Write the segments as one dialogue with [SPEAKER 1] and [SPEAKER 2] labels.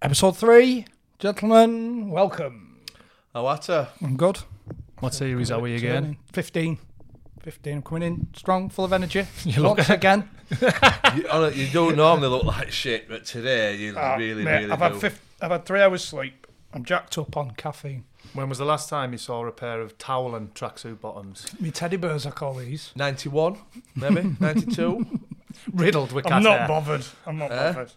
[SPEAKER 1] Episode three, gentlemen, welcome.
[SPEAKER 2] Oh, what a
[SPEAKER 1] I'm good.
[SPEAKER 2] what series are we
[SPEAKER 1] Coming in.
[SPEAKER 2] again?
[SPEAKER 1] 15. 15. I'm coming in strong, full of energy.
[SPEAKER 2] You look-
[SPEAKER 1] Once again.
[SPEAKER 2] you, hon- you don't normally look like shit, but today you really,
[SPEAKER 1] Ah, Mate,
[SPEAKER 2] really
[SPEAKER 1] I've
[SPEAKER 2] do.
[SPEAKER 1] had, fif- I've had three hours sleep. I'm jacked up on caffeine.
[SPEAKER 3] When was the last time you saw a pair of towel and tracksuit bottoms?
[SPEAKER 1] Me teddy bears, I call these.
[SPEAKER 2] Ninety-one, maybe ninety-two.
[SPEAKER 3] Riddled with cat
[SPEAKER 1] I'm not
[SPEAKER 3] hair.
[SPEAKER 1] bothered. I'm not
[SPEAKER 2] Eh?
[SPEAKER 1] bothered.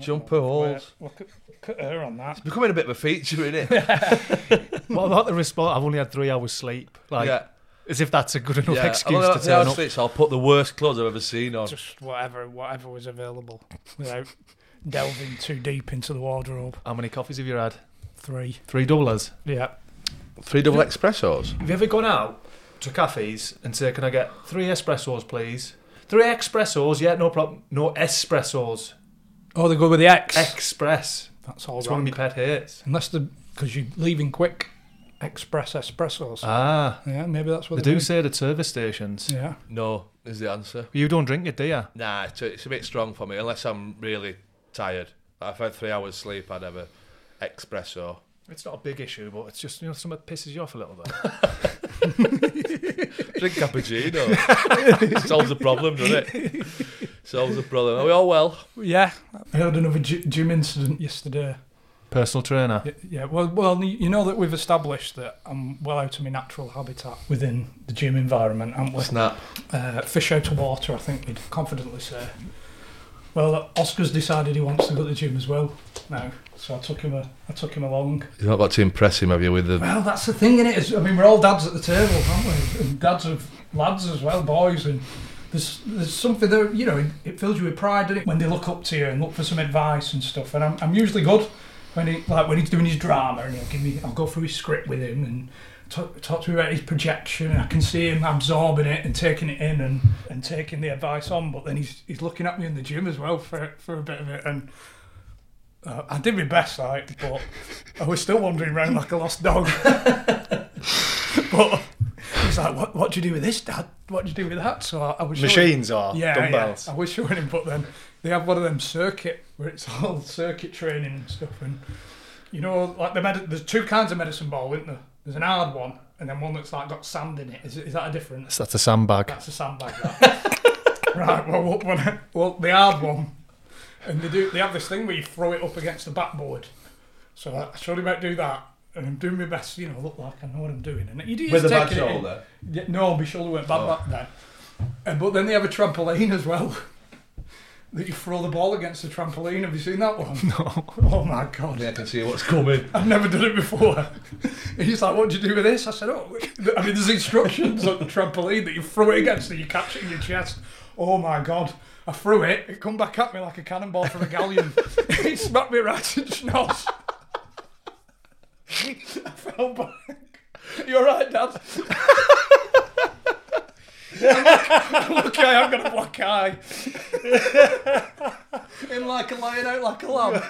[SPEAKER 2] Jumper holes.
[SPEAKER 1] Wait, look at, look at her on that.
[SPEAKER 2] Becoming a bit of a feature, innit? it?
[SPEAKER 3] What about the response? I've only had three hours sleep. Like,
[SPEAKER 2] yeah,
[SPEAKER 3] as if that's a good enough
[SPEAKER 2] yeah. I'm
[SPEAKER 3] excuse
[SPEAKER 2] gonna
[SPEAKER 3] to turn up.
[SPEAKER 2] say, I'll put the worst clothes I've ever seen on.
[SPEAKER 1] Just whatever, whatever was available without delving too deep into the wardrobe.
[SPEAKER 3] How many coffees have you had?
[SPEAKER 1] Three.
[SPEAKER 3] Three doublers.
[SPEAKER 1] Yeah.
[SPEAKER 2] Three double espressos.
[SPEAKER 3] Have you ever gone out to cafes and say, "Can I get three espressos, please?" Three expressos, yeah, no problem. No espressos.
[SPEAKER 1] Oh, they go with the X.
[SPEAKER 3] Express.
[SPEAKER 1] That's all
[SPEAKER 3] It's one of
[SPEAKER 1] wrong.
[SPEAKER 3] my pet hates.
[SPEAKER 1] Unless the because you're leaving quick, express espressos.
[SPEAKER 3] Ah,
[SPEAKER 1] yeah, maybe that's what
[SPEAKER 3] they
[SPEAKER 1] they,
[SPEAKER 3] do say it at service stations.
[SPEAKER 1] Yeah,
[SPEAKER 2] No, is the answer.
[SPEAKER 3] You don't drink it, do you?
[SPEAKER 2] Nah, it's a, it's a bit strong for me unless I'm really tired. I've had three hours sleep. I'd have a espresso.
[SPEAKER 3] It's not a big issue, but it's just you know something that pisses you off a little bit.
[SPEAKER 2] Drink cappuccino. Solves the problem, doesn't it? Solves the problem. Are we all well?
[SPEAKER 1] yeah. I heard another gy- gym incident yesterday.
[SPEAKER 3] Personal trainer.
[SPEAKER 1] Y- Yeah, well, well, you know that we've established that I'm well out of my natural habitat within the gym environment, haven't we?
[SPEAKER 2] Snap.
[SPEAKER 1] Uh, fish out of water, I think we'd confidently say. Well, Oscar's decided he wants to go to the gym as well now, so I took him. A, I took him along.
[SPEAKER 2] You've not got to impress him, have you, with the
[SPEAKER 1] Well, that's the thing, in it. I mean, we're all dads at the table, aren't we? And dads of lads as well, boys, and there's there's something that you know it, it fills you with pride, doesn't it? When they look up to you and look for some advice and stuff, and I'm, I'm usually good when he like when he's doing his drama and he'll give me I'll go through his script with him and talk, talk to me about his projection and I can see him absorbing it and taking it in and, and taking the advice on, but then he's he's looking at me in the gym as well for for a bit of it and. Uh, I did my best, like, but I was still wandering around like a lost dog. but he's like, "What? What do you do with this, Dad? What do you do with that?" So I, I was showing-
[SPEAKER 3] Machines are
[SPEAKER 1] yeah,
[SPEAKER 3] dumbbells.
[SPEAKER 1] Yeah. I was showing him, but then they have one of them circuit where it's all circuit training and stuff. And you know, like the med- there's two kinds of medicine ball, isn't there? There's an hard one, and then one that's like got sand in it. Is, is that a difference?
[SPEAKER 3] So That's a sandbag.
[SPEAKER 1] That's a sandbag. That. right. Well, what one? Well, the hard one, and they do. They have this thing where you throw it up against the backboard. So I showed him how to do that, and I'm doing my best. You know, look like I know what I'm doing, and you do
[SPEAKER 2] With
[SPEAKER 1] just
[SPEAKER 2] a bad
[SPEAKER 1] taking it in.
[SPEAKER 2] shoulder?
[SPEAKER 1] Yeah, no, my shoulder went bad
[SPEAKER 2] Oh.
[SPEAKER 1] back then. Uh, but then they have a trampoline as well. That you throw the ball against the trampoline. Have you seen that one? No. Oh my god.
[SPEAKER 2] I can see what's coming.
[SPEAKER 1] I've never done it before. And he's like, what do you do with this? I said, oh, I mean, there's instructions on the trampoline that you throw it against and you catch it in your chest. Oh my God. I threw it. It come back at me like a cannonball from a galleon. it smacked me right in schnoz. I fell back. You're right, Dad. Look, I have got a black eye. in like a lion, out like a lamb.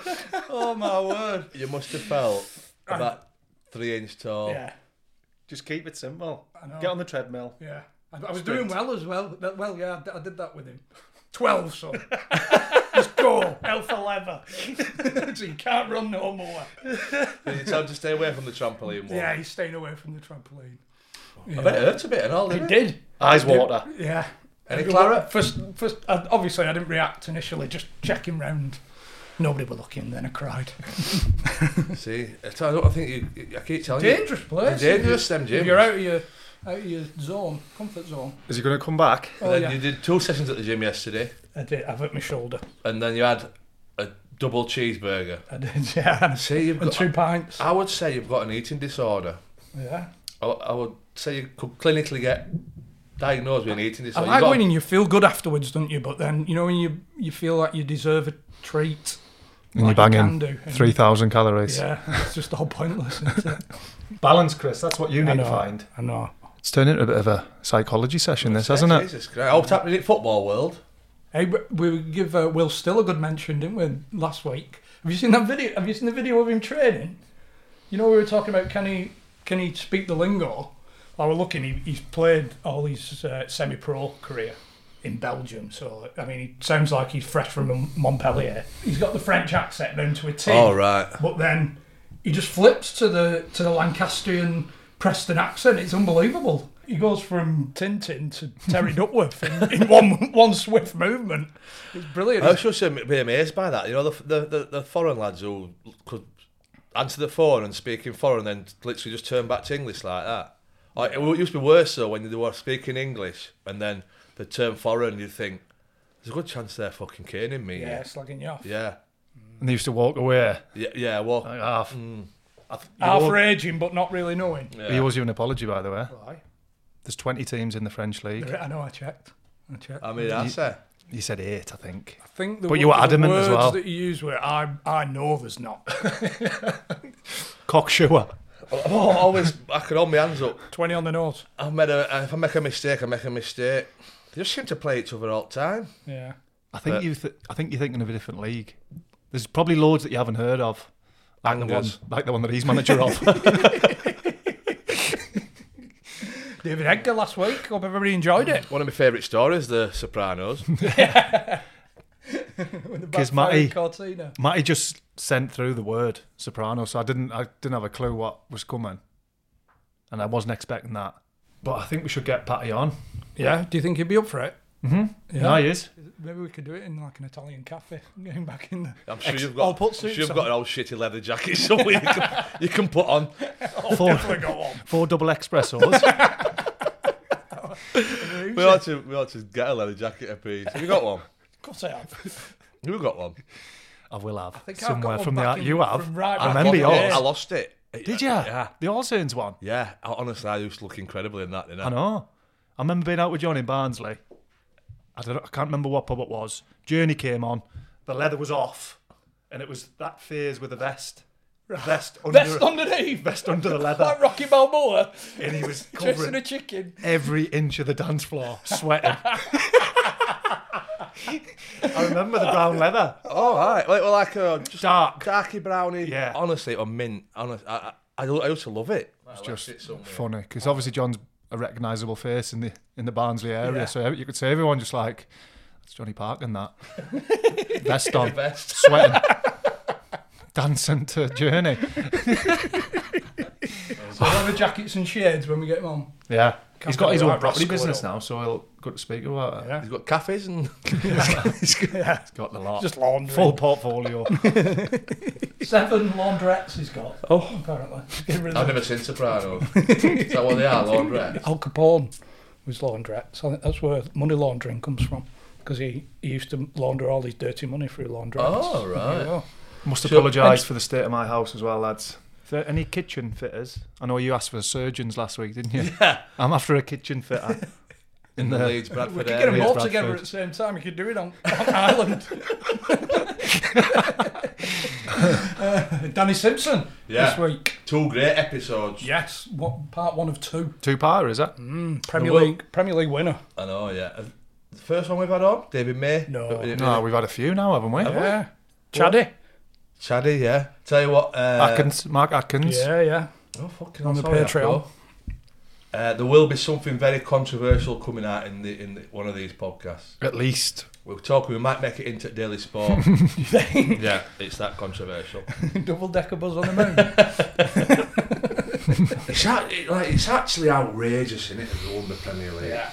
[SPEAKER 1] Oh my word.
[SPEAKER 2] You must have felt about three inch tall.
[SPEAKER 1] Yeah.
[SPEAKER 3] Just keep it simple.
[SPEAKER 1] know.
[SPEAKER 3] Get on the treadmill.
[SPEAKER 1] Yeah, I, I was doing well as well. That- Well, yeah, I d- I did that with him. Twelve, son. Just go, hell for leather. so you can't run no more.
[SPEAKER 2] Did you tell him to stay away from the trampoline one?
[SPEAKER 1] Yeah, he's staying away from the trampoline.
[SPEAKER 2] I bet it hurt a bit and all, didn't it?
[SPEAKER 1] did.
[SPEAKER 3] Eyes water.
[SPEAKER 1] Yeah,
[SPEAKER 3] Any claret?
[SPEAKER 1] First, first, I, obviously, I didn't react initially, just checking round. Nobody were looking, then I cried.
[SPEAKER 2] See, I don't I think you, you- I keep telling
[SPEAKER 1] Dangerous
[SPEAKER 2] you.
[SPEAKER 1] place.
[SPEAKER 2] They're dangerous, them
[SPEAKER 1] If
[SPEAKER 2] gyms.
[SPEAKER 1] you're out of your, out of your zone, comfort zone.
[SPEAKER 3] Is he going to come back?
[SPEAKER 1] Oh,
[SPEAKER 2] then
[SPEAKER 1] yeah.
[SPEAKER 2] You did two sessions at the gym yesterday,
[SPEAKER 1] I did. I've hurt my shoulder.
[SPEAKER 2] and then you had a double cheeseburger.
[SPEAKER 1] I did, yeah.
[SPEAKER 2] See, you've
[SPEAKER 1] and
[SPEAKER 2] got.
[SPEAKER 1] two pints.
[SPEAKER 2] I would say you've got an eating disorder.
[SPEAKER 1] Yeah.
[SPEAKER 2] I, I would say you could clinically get diagnosed with an eating
[SPEAKER 1] I
[SPEAKER 2] disorder.
[SPEAKER 1] like
[SPEAKER 2] You've got-
[SPEAKER 1] winning. You feel good afterwards, don't you? But then, you know, when you you feel like you deserve a treat.
[SPEAKER 4] And you
[SPEAKER 1] like
[SPEAKER 4] bang
[SPEAKER 1] can
[SPEAKER 4] in
[SPEAKER 1] do, and-
[SPEAKER 4] 3,000 calories.
[SPEAKER 1] Yeah, it's just all pointless. Isn't it?
[SPEAKER 3] Balance, Chris. That's what you
[SPEAKER 1] I
[SPEAKER 3] need to
[SPEAKER 1] know.
[SPEAKER 3] find.
[SPEAKER 1] I know.
[SPEAKER 4] It's turned into a bit of a psychology session, this, hasn't it?
[SPEAKER 2] Jesus Christ. Oh, it's happening in football world.
[SPEAKER 1] Hey, but we give uh, Will Still a good mention, didn't we, last week? Have you seen that video? Have you seen the video of him training? You know, we were talking about can he can he speak the lingo? I was looking. He, he's played all his uh, semi-pro career in Belgium, so I mean, he sounds like he's fresh from Mon- Montpellier. He's got the French accent down to a T.
[SPEAKER 2] All right.
[SPEAKER 1] But then he just flips to the to the Lancastrian Preston accent. It's unbelievable. He goes from Tintin to Terry Duckworth in, in one one swift movement. It's brilliant.
[SPEAKER 2] I was just am- be amazed by that. You know, the, the, the, the foreign lads who could answer the phone and speak in foreign and literally just turn back to English like that. Like, it used to be worse though when they were speaking English and then the term foreign, you'd think, there's a good chance they're fucking caning me.
[SPEAKER 1] yeah, slagging you off.
[SPEAKER 2] Yeah.
[SPEAKER 4] And they used to walk away Ah,
[SPEAKER 2] Yeah. Yeah. Well,
[SPEAKER 4] like half.
[SPEAKER 1] Half raging but not really knowing.
[SPEAKER 4] He owes you an apology, by the way. There's 20 teams in the French league.
[SPEAKER 1] I know. I checked. I checked.
[SPEAKER 2] I mean, that's it.
[SPEAKER 4] You said eight, I think.
[SPEAKER 1] I think the,
[SPEAKER 4] But you
[SPEAKER 1] wo-
[SPEAKER 4] were adamant
[SPEAKER 1] the
[SPEAKER 4] as
[SPEAKER 1] words
[SPEAKER 4] well.
[SPEAKER 1] that you used were I I know there's not
[SPEAKER 4] Cocksure.
[SPEAKER 2] I'm always, I could hold my hands up.
[SPEAKER 1] twenty on the nose.
[SPEAKER 2] I've made a, if I make a mistake, I make a mistake. They just seem to play each other all the time.
[SPEAKER 1] Yeah.
[SPEAKER 4] I think you. Th- I think you're thinking of a different league. There's probably loads that you haven't heard of. Like the one,
[SPEAKER 2] Bangers.
[SPEAKER 4] like the one that he's manager of.
[SPEAKER 1] David Edgar last week. Hope everybody enjoyed it.
[SPEAKER 2] One of my favourite stories, The Sopranos.
[SPEAKER 4] Because Matty,
[SPEAKER 1] Cortina.
[SPEAKER 4] Matty just sent through the word soprano, so I didn't. I didn't have a clue what was coming, and I wasn't expecting that. But I think we should get Patty on.
[SPEAKER 1] Yeah. Do you think he'd be up for it?
[SPEAKER 2] Mm-hmm.
[SPEAKER 4] Yeah. No, he is.
[SPEAKER 1] Maybe we could do it in like an Italian cafe. Getting back in there.
[SPEAKER 2] I'm sure you've
[SPEAKER 1] I'll
[SPEAKER 2] got.
[SPEAKER 1] oh, put
[SPEAKER 2] I'm sure
[SPEAKER 1] suits
[SPEAKER 2] you've
[SPEAKER 1] on.
[SPEAKER 2] got an old shitty leather jacket somewhere you can, you can put on.
[SPEAKER 1] Oh,
[SPEAKER 4] Four,
[SPEAKER 1] got one.
[SPEAKER 4] four double expressos.
[SPEAKER 2] We ought to. We ought to get a leather jacket a piece. Have you got one?
[SPEAKER 1] Of course I have.
[SPEAKER 2] Who got one?
[SPEAKER 4] I will have
[SPEAKER 1] think I've
[SPEAKER 4] somewhere
[SPEAKER 1] got
[SPEAKER 4] from
[SPEAKER 1] one
[SPEAKER 4] the
[SPEAKER 1] back in-
[SPEAKER 4] you have.
[SPEAKER 1] from right
[SPEAKER 4] I
[SPEAKER 1] back
[SPEAKER 4] remember
[SPEAKER 1] in the
[SPEAKER 4] yours.
[SPEAKER 1] day.
[SPEAKER 2] I lost it.
[SPEAKER 4] Did you?
[SPEAKER 2] Yeah.
[SPEAKER 4] The All Saints one.
[SPEAKER 2] Yeah. I- Honestly, I used to look incredible in that. Didn't I?
[SPEAKER 4] I know. I remember being out with John in Barnsley. I don't. I can't remember what pub it was. Journey came on. The leather was off, and it was that phase with the vest. Vest under.
[SPEAKER 1] Best underneath.
[SPEAKER 4] vest under the
[SPEAKER 1] Like
[SPEAKER 4] leather,
[SPEAKER 1] Rocky Balboa
[SPEAKER 4] and he was
[SPEAKER 1] chasing a
[SPEAKER 4] covering
[SPEAKER 1] chicken.
[SPEAKER 4] every inch of the dance floor, sweating. I remember the brown leather.
[SPEAKER 2] Oh, all right. Like, well, like a just
[SPEAKER 4] Dark.
[SPEAKER 2] darky brownie.
[SPEAKER 4] Yeah.
[SPEAKER 2] Honestly, or mint. Honestly, I, I, I I used to love it. It's
[SPEAKER 4] Just funny because obviously John's a recognisable face in the in the Barnsley area,
[SPEAKER 1] Yeah.
[SPEAKER 4] so you could say everyone just like that's Johnny Park and that vest on,
[SPEAKER 2] Vest.
[SPEAKER 4] sweating, dancing to Journey.
[SPEAKER 1] So we'll have the jackets and shades when we get them on.
[SPEAKER 4] Yeah, he's got
[SPEAKER 1] get
[SPEAKER 4] his
[SPEAKER 1] it
[SPEAKER 4] own
[SPEAKER 1] right,
[SPEAKER 4] property
[SPEAKER 1] Rascal,
[SPEAKER 4] business
[SPEAKER 1] though.
[SPEAKER 4] now, so he'll go to speak about it.
[SPEAKER 1] Yeah.
[SPEAKER 2] He's got cafes and
[SPEAKER 4] He's got the lot,
[SPEAKER 1] Just laundry.
[SPEAKER 4] full portfolio.
[SPEAKER 1] Seven laundrettes he's got. Oh, apparently. Get rid
[SPEAKER 2] I've
[SPEAKER 1] of
[SPEAKER 2] never seen Sopranos. Is that what they are? Laundrette.
[SPEAKER 1] Al Capone was laundrettes. I think that's where money laundering comes from. Because he, he used to launder all his dirty money through laundrettes.
[SPEAKER 2] Oh, right.
[SPEAKER 1] Yeah.
[SPEAKER 4] Must
[SPEAKER 2] Sure.
[SPEAKER 4] apologise for the state of my house as well, lads. If there are any kitchen fitters, I know you asked for surgeons last week, didn't you? Yeah. I'm after a kitchen fitter.
[SPEAKER 2] In the Leeds Bradford
[SPEAKER 1] We could get
[SPEAKER 2] area.
[SPEAKER 1] them all
[SPEAKER 4] Bradford.
[SPEAKER 1] together at the same time. We could do it on, on Ireland. Uh, Danny Simpson
[SPEAKER 2] Yeah.
[SPEAKER 1] this week.
[SPEAKER 2] Two great episodes.
[SPEAKER 1] Yes, what part one of two
[SPEAKER 4] Two par, is that?
[SPEAKER 1] Premier
[SPEAKER 2] Well-
[SPEAKER 1] League Premier League winner.
[SPEAKER 2] I know, yeah. Uh, The first one we've had on, David May.
[SPEAKER 1] No.
[SPEAKER 2] Uh, uh,
[SPEAKER 4] No, we've had a few now, haven't we?
[SPEAKER 1] Yeah, Chaddy.
[SPEAKER 2] Chaddy, yeah. Tell you what, uh,
[SPEAKER 4] Atkins, Mark Atkins.
[SPEAKER 1] Yeah, yeah.
[SPEAKER 2] Oh, fucking
[SPEAKER 1] On
[SPEAKER 2] hell,
[SPEAKER 1] the
[SPEAKER 2] sorry,
[SPEAKER 1] Patreon.
[SPEAKER 2] I forgot. Uh, there will be something very controversial coming out in the in the, one of these podcasts.
[SPEAKER 4] At least.
[SPEAKER 2] We're talking. We might make it into Daily Sport. yeah, it's that controversial.
[SPEAKER 1] Double decker buzz on the moon.
[SPEAKER 2] It's act- it- like it's actually outrageous, isn't it? That they won the Premier League.
[SPEAKER 1] yeah.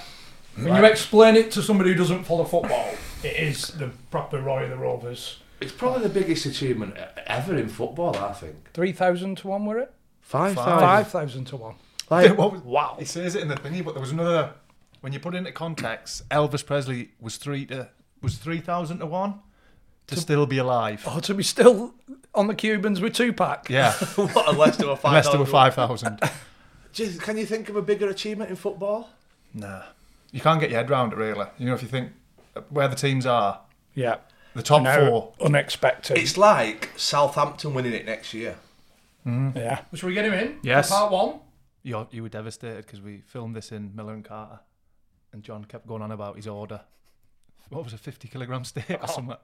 [SPEAKER 1] When you explain it to somebody who doesn't follow football, it is the proper Roy of the Rovers.
[SPEAKER 2] It's probably the biggest achievement e- ever in football, I think.
[SPEAKER 1] 3,000 to 1, were it?
[SPEAKER 2] Five, five.
[SPEAKER 1] 5,000 to 1.
[SPEAKER 2] Like,
[SPEAKER 3] wow.
[SPEAKER 4] He says it in the thingy, but there was another. When you put it into context, Elvis Presley was three to was three thousand to one to still be alive.
[SPEAKER 1] Oh, to be still on the Cubans with Tupac.
[SPEAKER 4] Yeah,
[SPEAKER 2] what, unless there were five.
[SPEAKER 4] unless there were five thousand.
[SPEAKER 2] Jeez, can you think of a bigger achievement in football?
[SPEAKER 4] nah, you can't get your head round it really. You know, if you think uh, where the teams are,
[SPEAKER 1] Yeah.
[SPEAKER 4] the top
[SPEAKER 1] Now,
[SPEAKER 4] four.
[SPEAKER 1] unexpected.
[SPEAKER 2] It's like Southampton winning it next year.
[SPEAKER 1] yeah. Should we get him in?
[SPEAKER 4] Yes.
[SPEAKER 1] For part one?
[SPEAKER 4] You you were devastated because we filmed this in Miller and Carter, and John kept going on about his order. What was a fifty kilogram steak or something?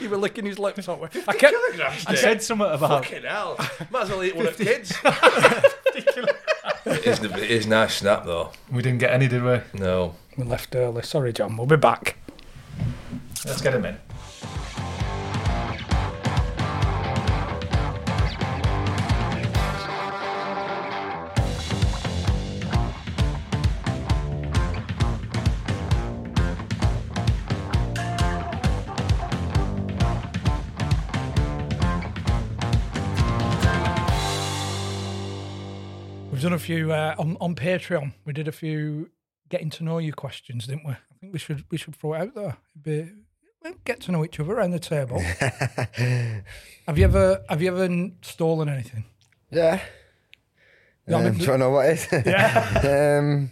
[SPEAKER 1] You were licking his lips, aren't we? I kept,
[SPEAKER 4] I said something about
[SPEAKER 2] Fucking hell. Might as well eat one of the kids. it, is, it is nice snap, though.
[SPEAKER 4] we didn't get any, did we?
[SPEAKER 2] No.
[SPEAKER 1] we left early. Sorry, John. We'll be back.
[SPEAKER 4] Let's get him in.
[SPEAKER 1] We've done a few uh, on, on Patreon. We did a few getting to know you questions, didn't we? I think we should we should throw it out there. It'd Be, we'll get to know each other around the table. have you ever have you ever n- stolen anything?
[SPEAKER 5] Yeah.
[SPEAKER 1] Yeah, I
[SPEAKER 5] um,
[SPEAKER 1] mean-
[SPEAKER 5] do you know what it is? Yeah. um,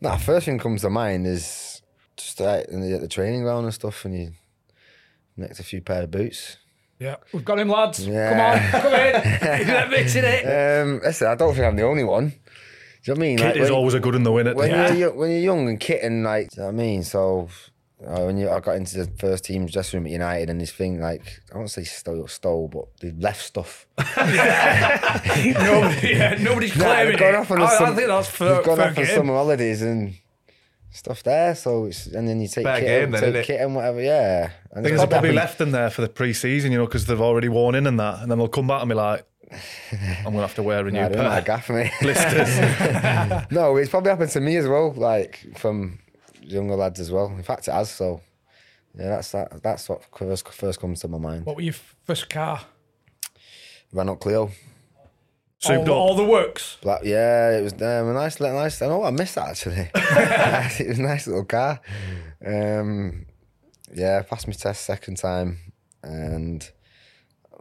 [SPEAKER 5] nah, first thing comes to mind is just like in the, at the training ground and stuff, and you next a few pair of boots.
[SPEAKER 1] Yeah, we've got him, lads.
[SPEAKER 5] Yeah.
[SPEAKER 1] Come on, come in. You're admitting it.
[SPEAKER 5] Um, listen, I don't think I'm the only one. Do you know what I mean? Like,
[SPEAKER 4] Kit is
[SPEAKER 5] when-
[SPEAKER 4] always a good in the win at
[SPEAKER 5] when
[SPEAKER 4] the
[SPEAKER 5] you're yo- when you're young and kitten, like do you know what I mean. So uh, when you, I got into the first team's dressing room at United, and this thing, like I won't say stole, stole, but they left stuff.
[SPEAKER 1] Nobody, yeah, nobody's
[SPEAKER 5] No,
[SPEAKER 1] claiming
[SPEAKER 5] they've
[SPEAKER 1] it.
[SPEAKER 5] gone off on
[SPEAKER 1] I,
[SPEAKER 5] a
[SPEAKER 1] I
[SPEAKER 5] sum-
[SPEAKER 1] think that's for,
[SPEAKER 5] They've gone
[SPEAKER 1] for
[SPEAKER 5] off on summer holidays and stuff there. So it's and then you take
[SPEAKER 2] Fair
[SPEAKER 5] kit,
[SPEAKER 2] game
[SPEAKER 5] and,
[SPEAKER 2] then,
[SPEAKER 5] take
[SPEAKER 2] innit?
[SPEAKER 5] kit and whatever. Yeah, and
[SPEAKER 4] Things
[SPEAKER 5] it's
[SPEAKER 4] have probably
[SPEAKER 5] happened.
[SPEAKER 4] left them there for the pre-season, you know, because they've already worn in and that, and then they'll come back and be like, "I'm gonna have to wear a new
[SPEAKER 5] Nah, they're not
[SPEAKER 4] pair."
[SPEAKER 5] a gaff, mate. no, it's probably happened to me as well, like from younger lads as well. In fact, it has. So yeah, that's that. That's what first, first comes to my mind.
[SPEAKER 1] What were your first car?
[SPEAKER 5] Renault Clio.
[SPEAKER 1] all,
[SPEAKER 4] Souped up.
[SPEAKER 1] all the works.
[SPEAKER 5] Black, yeah, it was um, a nice, little- nice. I know I missed that actually. it was a nice little car. Um, yeah, passed my test second time, and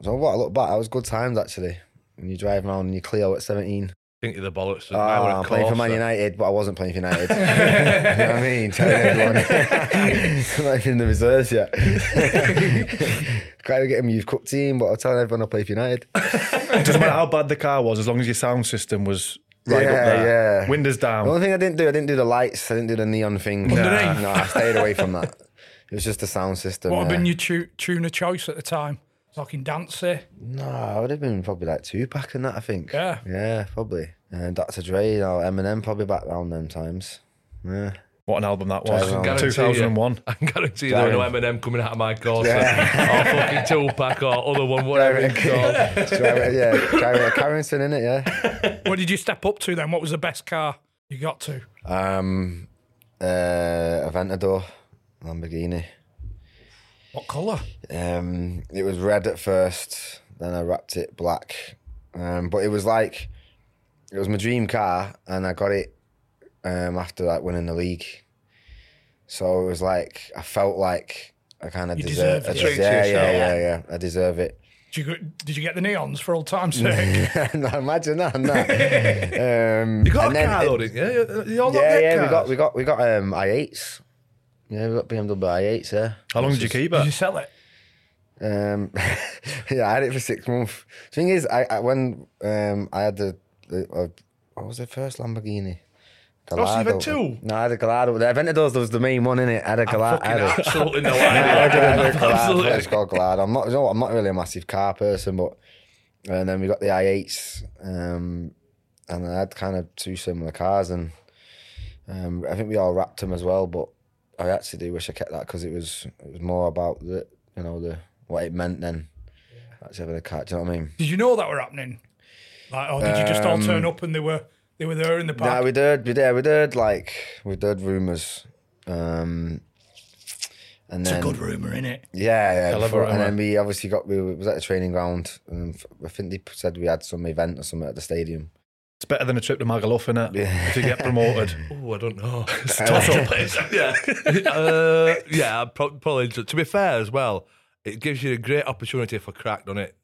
[SPEAKER 5] so what I look back, I was good times actually. When you drive around in your Clio at seventeen,
[SPEAKER 2] Think of the bollocks.
[SPEAKER 4] Ah,
[SPEAKER 5] oh, I'm playing for Man United, but I wasn't playing for United. you know what I mean? Telling everyone, I'm not even in the reserves yet. Can't even get him youth cup team, but I'm telling everyone I play for United.
[SPEAKER 4] Doesn't matter how bad the car was, as long as your sound system was right up
[SPEAKER 5] Yeah,
[SPEAKER 4] there,
[SPEAKER 5] yeah.
[SPEAKER 4] windows down.
[SPEAKER 5] The only thing I didn't do, I didn't do the lights, I didn't do the neon thing.
[SPEAKER 1] Underneath?
[SPEAKER 5] No, I stayed away from that. It was just the sound system.
[SPEAKER 1] What had
[SPEAKER 5] yeah.
[SPEAKER 1] been your tu- tune of choice at the time? Talking Dancy.
[SPEAKER 5] No, I would have been probably like two pack and that, I think.
[SPEAKER 1] Yeah.
[SPEAKER 5] Yeah, probably. And Dr. Dre, you know, Eminem, probably back around them times. Yeah.
[SPEAKER 4] What an album that
[SPEAKER 5] I can
[SPEAKER 4] was!
[SPEAKER 5] guarantee
[SPEAKER 4] Two thousand and one.
[SPEAKER 2] I can guarantee there were no Eminem coming out of my course. or fucking Tupac or other one, whatever it's called.
[SPEAKER 5] Driver, yeah, driver Carrington in it, yeah.
[SPEAKER 1] What did you step up to then? What was the best car you got to?
[SPEAKER 5] Um, uh, Aventador, Lamborghini.
[SPEAKER 1] What colour?
[SPEAKER 5] Um, it was red at first, then I wrapped it black. Um, but it was like it was my dream car, and I got it um, after like winning the league. So it was like I felt like I kind of
[SPEAKER 1] You
[SPEAKER 5] deserve,
[SPEAKER 1] deserve
[SPEAKER 5] I
[SPEAKER 1] it.
[SPEAKER 5] deserve-
[SPEAKER 2] Treat
[SPEAKER 5] yeah, yeah,
[SPEAKER 2] yourself.
[SPEAKER 5] yeah, yeah, I deserve it.
[SPEAKER 1] Did you, get- did you get the neons for old time's sake?
[SPEAKER 5] no, imagine that. No. Um,
[SPEAKER 2] You got
[SPEAKER 5] and
[SPEAKER 2] a
[SPEAKER 5] then
[SPEAKER 2] car
[SPEAKER 5] it-
[SPEAKER 2] though, didn't you? You- You all
[SPEAKER 5] Yeah,
[SPEAKER 2] got
[SPEAKER 5] yeah, we
[SPEAKER 2] cars.
[SPEAKER 5] got we got we got um, i8s. Yeah, we got BMW i8s. Yeah.
[SPEAKER 4] How long did you keep
[SPEAKER 1] did you
[SPEAKER 4] it?
[SPEAKER 1] sell it?
[SPEAKER 5] Um, yeah, I had it for six months. Thing is, I, I when um I had the, the uh, what was the first Lamborghini?
[SPEAKER 2] Oh, so you've had
[SPEAKER 5] Gallardo.
[SPEAKER 2] two?
[SPEAKER 5] No, I had a Gallardo. The Aventadors was the main one in it. I had a Gallardo. I
[SPEAKER 2] Fucking
[SPEAKER 5] had a-
[SPEAKER 2] absolutely no
[SPEAKER 5] I had a- I had a
[SPEAKER 2] idea.
[SPEAKER 5] Gallardo. It's
[SPEAKER 2] absolutely.
[SPEAKER 5] called Gallardo. I'm not. You know what, I'm not really a massive car person, but and then we got the i8s, um, and I had kind of two similar cars, and um, I think we all wrapped them as well. But I actually do wish I kept that because it was it was more about the you know the what it meant then. Actually having a car, do you know what I mean?
[SPEAKER 1] Did you know that were happening? Like, or did you just all
[SPEAKER 2] Um,
[SPEAKER 1] turn up and they were they were there in the
[SPEAKER 5] Nah,
[SPEAKER 1] park?
[SPEAKER 5] we did, we did, we did like we did rumors, Um, and
[SPEAKER 6] It's
[SPEAKER 5] then
[SPEAKER 6] a good rumour, isn't it?
[SPEAKER 5] yeah, yeah.
[SPEAKER 2] Hell of a
[SPEAKER 5] before- and
[SPEAKER 2] rumour.
[SPEAKER 5] then we obviously got we was at the training ground, and f- I think they p- said we had some event or something at the stadium.
[SPEAKER 4] It's better than a trip to Magaluf, innit?
[SPEAKER 5] Yeah.
[SPEAKER 4] If you get promoted.
[SPEAKER 2] Oh, I don't know. It's toss up. It's- yeah, uh, yeah. I'm pro- probably. To be fair, as well, it gives you a great opportunity for crack, doesn't it?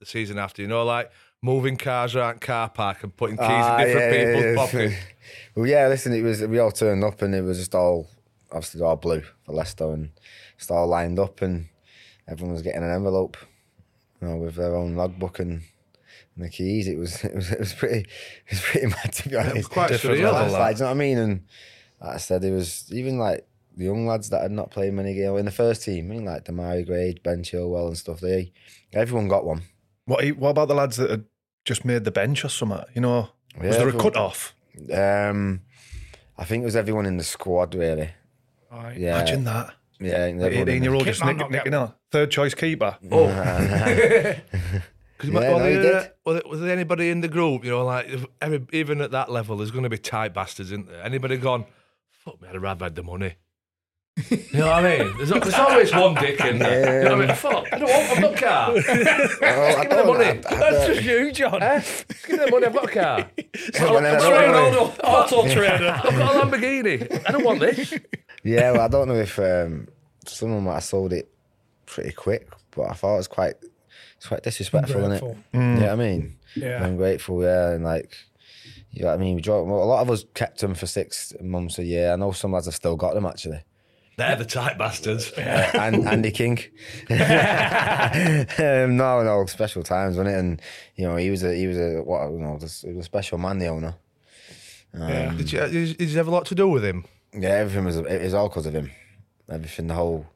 [SPEAKER 2] The season after, you know, like moving cars around car park and putting keys
[SPEAKER 5] Ah,
[SPEAKER 2] in different
[SPEAKER 5] yeah, yeah,
[SPEAKER 2] people's
[SPEAKER 5] yeah.
[SPEAKER 2] pockets.
[SPEAKER 5] Well, yeah, listen, it was we all turned up and it was just all obviously all blue for Leicester and just all lined up and everyone was getting an envelope, you know, with their own logbook and, and the keys. It was it was it was pretty it was pretty mad to be honest.
[SPEAKER 2] quite
[SPEAKER 5] Different
[SPEAKER 2] surreal,
[SPEAKER 5] class,
[SPEAKER 2] that.
[SPEAKER 5] like, do you know what I mean? And like I said it was even like the young lads that had not played many games in the first team, I mean like Damari Grade, Ben Chilwell and stuff, they everyone got one.
[SPEAKER 4] What, what about the lads that had just made the bench or something? You know,
[SPEAKER 5] Yeah,
[SPEAKER 4] was there a
[SPEAKER 5] everyone-
[SPEAKER 4] cut off?
[SPEAKER 5] Um I think it was everyone in the squad really. Yeah.
[SPEAKER 4] Imagine that.
[SPEAKER 5] Yeah, and everyone in the-
[SPEAKER 4] 18 year old just
[SPEAKER 3] Kit man
[SPEAKER 4] nick,
[SPEAKER 3] not
[SPEAKER 4] nicking
[SPEAKER 3] get-
[SPEAKER 4] out. Third choice keeper.
[SPEAKER 2] Oh, Cause
[SPEAKER 5] Yeah,
[SPEAKER 2] well,
[SPEAKER 5] no, he
[SPEAKER 2] there,
[SPEAKER 5] did.
[SPEAKER 2] well, was there e, anybody in the group? You know, like if every, even at that level, there's going to be tight bastards, isn't there? Anybody gone? Fuck me, I'd have rather had the money. You know what I mean? There's, al- there's always one dick in there. You know what I mean? Fuck, I don't want, I've got a car.
[SPEAKER 5] Oh,
[SPEAKER 2] Give me the money.
[SPEAKER 5] I- I
[SPEAKER 6] That's
[SPEAKER 5] don't-
[SPEAKER 6] just you, John.
[SPEAKER 2] Give me the money, I've got a car.
[SPEAKER 5] Well, then I
[SPEAKER 2] I'm
[SPEAKER 5] don't
[SPEAKER 2] sorry,
[SPEAKER 5] know.
[SPEAKER 2] Ronaldo.
[SPEAKER 6] Auto trader.
[SPEAKER 2] I've got a Lamborghini. I don't want this.
[SPEAKER 5] Yeah, well, I don't know if um, someone might have sold it pretty quick, but I thought it was quite, it's quite disrespectful, isn't it?
[SPEAKER 6] Ungrateful.
[SPEAKER 5] You know what I mean?
[SPEAKER 6] Yeah.
[SPEAKER 5] Ungrateful, yeah, and like, you know what I mean? We draw, well, a lot of us kept them for six months a year. I know some lads have still got them actually. Uh,
[SPEAKER 2] They're the tight bastards.
[SPEAKER 5] and Andy King. um, no, no, special times, wasn't it? And you know, he was a he was a what you know, just, he was a special man, the owner.
[SPEAKER 2] Did you, did you have a lot to do with him?
[SPEAKER 5] Yeah, everything was it was all because of him. Everything, the whole,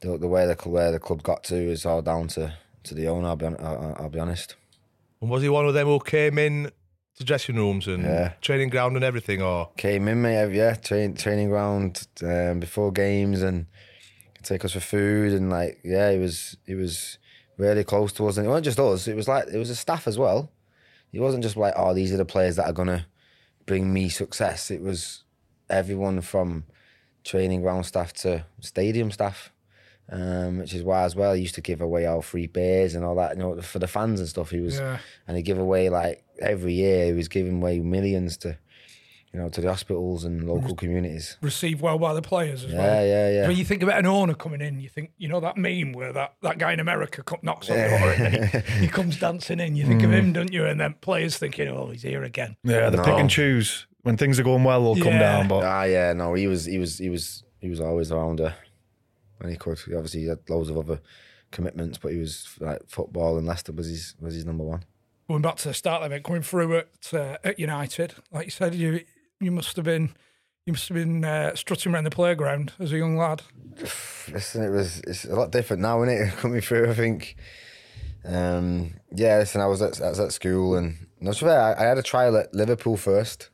[SPEAKER 5] the, the way the cl- where the club got to is all down to to the owner. I'll be hon- I'll, I'll be honest.
[SPEAKER 2] And was he one of them who came in to dressing rooms and
[SPEAKER 5] Yeah.
[SPEAKER 2] training ground and everything? Or
[SPEAKER 5] Came in, mate. Yeah, train, training ground um, before games and take us for food and like yeah, he was he was really close to us and it wasn't just us. It was like it was a staff as well. It wasn't just like oh these are the players that are gonna bring me success. It was everyone from training ground staff to stadium staff. um, which is why as well he used to give away all free beers and all that, you know, for the fans and stuff. He was, and he give away like every year he was giving away millions to, you know, to the hospitals and local communities.
[SPEAKER 6] Received well by the players as
[SPEAKER 5] Yeah,
[SPEAKER 6] well.
[SPEAKER 5] yeah, yeah.
[SPEAKER 6] When you think about an owner coming in, you think, you know, that meme where that, that guy in America co- knocks on the door and he, he comes dancing in. You think of
[SPEAKER 5] Mm.
[SPEAKER 6] him, don't you? And then players thinking, oh, he's here again.
[SPEAKER 4] Yeah, the pick
[SPEAKER 5] No.
[SPEAKER 4] and choose. When things are going well, they'll come
[SPEAKER 6] Yeah.
[SPEAKER 4] down. But
[SPEAKER 5] Ah, yeah, no, he was, he was, he was, he was always around her when he could. He obviously had loads of other commitments, but he was like football and Leicester was his was his number one.
[SPEAKER 6] Going back to the start of it, coming through at, uh, at United, like you said, you you must have been you must have been uh, strutting around the playground as a young lad.
[SPEAKER 5] Listen, it was it's a lot different now, isn't it? Coming through, I think. Um, yeah, listen, I was at I was at school and no, to be fair, I, I had a trial at Liverpool first.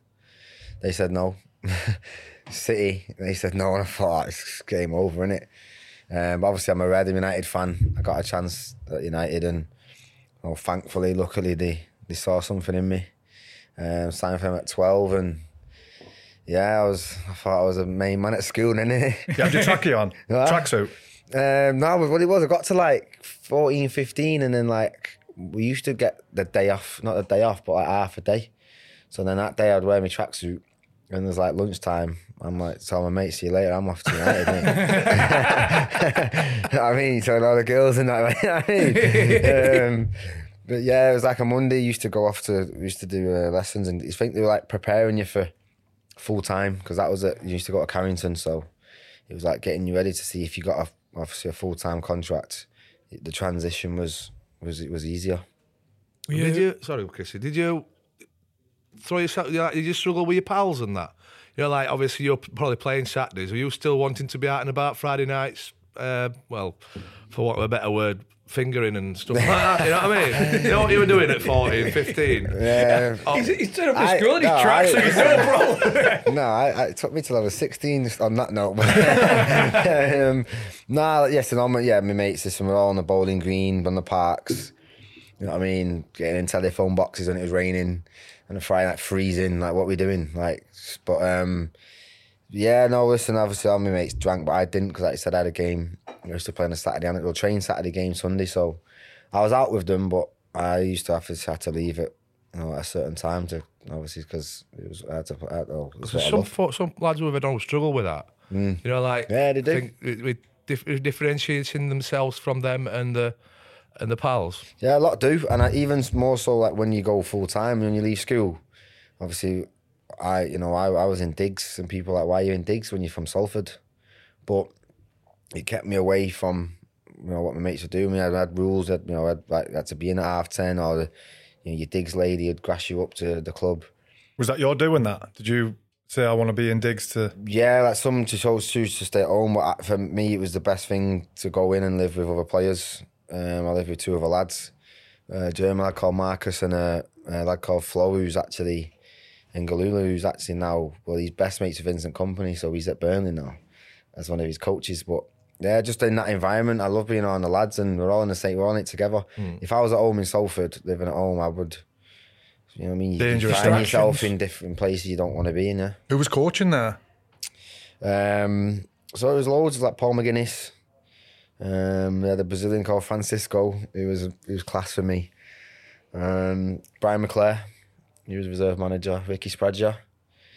[SPEAKER 5] They said no. City, they said no, and I thought "Ah, it's game over, innit? Um, but obviously, I'm a Reading United fan. I got a chance at United, and well, thankfully, luckily, they they saw something in me. Um, signed for them at 12, and yeah, I was I thought I was a main man at school, innit?
[SPEAKER 4] you have your trackie on,
[SPEAKER 5] Yeah.
[SPEAKER 4] tracksuit.
[SPEAKER 5] Um, no, but what it was, I got to like 14, 15, and then like we used to get the day off, not the day off, but like half a day. So then that day I'd wear my tracksuit, and there's like lunchtime. I'm like, tell my mate, see you later. I'm off to United, mate. You know what I mean, so all the girls and that. you know what I mean, um, but yeah, it was like a Monday. Used to go off to we used to do uh, lessons, and you think they were like preparing you for full time because that was it. You used to go to Carrington, so it was like getting you ready to see if you got a, obviously a full time contract. It- The transition was was it was easier.
[SPEAKER 6] Were
[SPEAKER 2] did you? Sorry, Chrissy. Did you throw yourself? you know, Did you struggle with your pals and that? You know, like obviously you're probably playing Saturdays. Were you still wanting to be out and about Friday nights? Uh, well, for want of a better word, fingering and stuff like that. You know what I mean? You know what you were doing at Oh. 14, 15?
[SPEAKER 5] Yeah.
[SPEAKER 6] He's, he's turned up
[SPEAKER 5] I-
[SPEAKER 6] his school and his
[SPEAKER 5] no, I-
[SPEAKER 6] tracks no problem.
[SPEAKER 5] no, I, I, it took me till I was 16 just on that note. um, nah, yes, and all my, yeah, my mates, listen, we're all on the bowling green, on the parks. You know what I mean? Getting in telephone boxes when it was raining and a Friday night freezing. Like, what we doing? Like, but um, Yeah, no, listen, obviously all my mates drank, but I didn't because, like I said, I had a game. I used to play on a Saturday and it will train Saturday game Sunday, so I was out with them, but I used to have to, had to leave it you know, at a certain time to obviously because it was I had to play. I, oh, it's what I
[SPEAKER 7] some
[SPEAKER 5] love. Hmm.
[SPEAKER 7] fo- some lads with adults struggle with that. You know, like
[SPEAKER 5] Yeah, they do.
[SPEAKER 7] think with- with dif- differentiating themselves from them and the and the pals.
[SPEAKER 5] Yeah, a lot do, and I, even more so like when you go full time when you leave school. Obviously, I you know I, I was in digs, and people were like, why are you in digs when you're from Salford? But it kept me away from you know what my mates were doing. I had rules that you know I'd like had to be in at half ten, or the, you know your digs lady would grass you up to the club.
[SPEAKER 4] Was that your doing that? Did you say I want to be in digs to?
[SPEAKER 5] Yeah, like some to chose choose to stay at home, but I- for me, it was the best thing to go in and live with other players. Um, I lived with two other lads, uh, a German lad called Marcus and a, a lad called Flo, who's actually in Galula, who's actually now well, he's best mates with Vincent Company, so he's at Burnley now as one of his coaches. But yeah, just in that environment, I love being on the lads, and we're all in the same. We're all in it together.
[SPEAKER 4] Hmm.
[SPEAKER 5] If I was at home in Salford, living at home, I would. You know what I mean? You can
[SPEAKER 4] Dangerous
[SPEAKER 5] find yourself
[SPEAKER 4] distractions.
[SPEAKER 5] in different places you don't want to be in. Yeah.
[SPEAKER 4] Who was coaching there?
[SPEAKER 5] Um, so there was loads of like Paul McGuinness. Um, they had a Brazilian called Francisco. He was he was class for me. Um, Brian McClare, he was reserve manager. Ricky Spradger.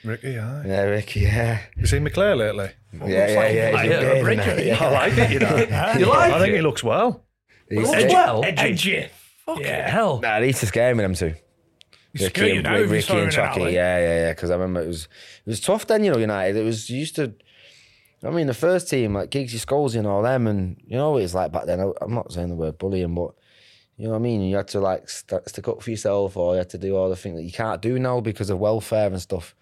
[SPEAKER 4] Ricky, aye.
[SPEAKER 5] Yeah, Ricky. Yeah,
[SPEAKER 4] You seen McClare lately?
[SPEAKER 5] yeah, yeah, yeah. he's
[SPEAKER 7] yeah,
[SPEAKER 5] been good, isn't he?
[SPEAKER 4] I like it, you know.
[SPEAKER 7] You
[SPEAKER 4] I think he looks well.
[SPEAKER 5] He's-
[SPEAKER 7] Looks well.
[SPEAKER 6] Edgy.
[SPEAKER 7] Fucking hell.
[SPEAKER 5] Nah, they used to scare me them two.
[SPEAKER 6] You screw you now if you saw him in an
[SPEAKER 5] Chucky,
[SPEAKER 6] alley.
[SPEAKER 5] yeah, yeah, yeah. Because I remember it was it was tough then, you know. United, it was you used to. I mean, the first team like Giggsy Scholes and all them, and you know what it's like back then. I, I'm not saying the word bullying, but you know what I mean. You had to like st- stick up for yourself, or you had to do all the things that you can't do now because of welfare and stuff.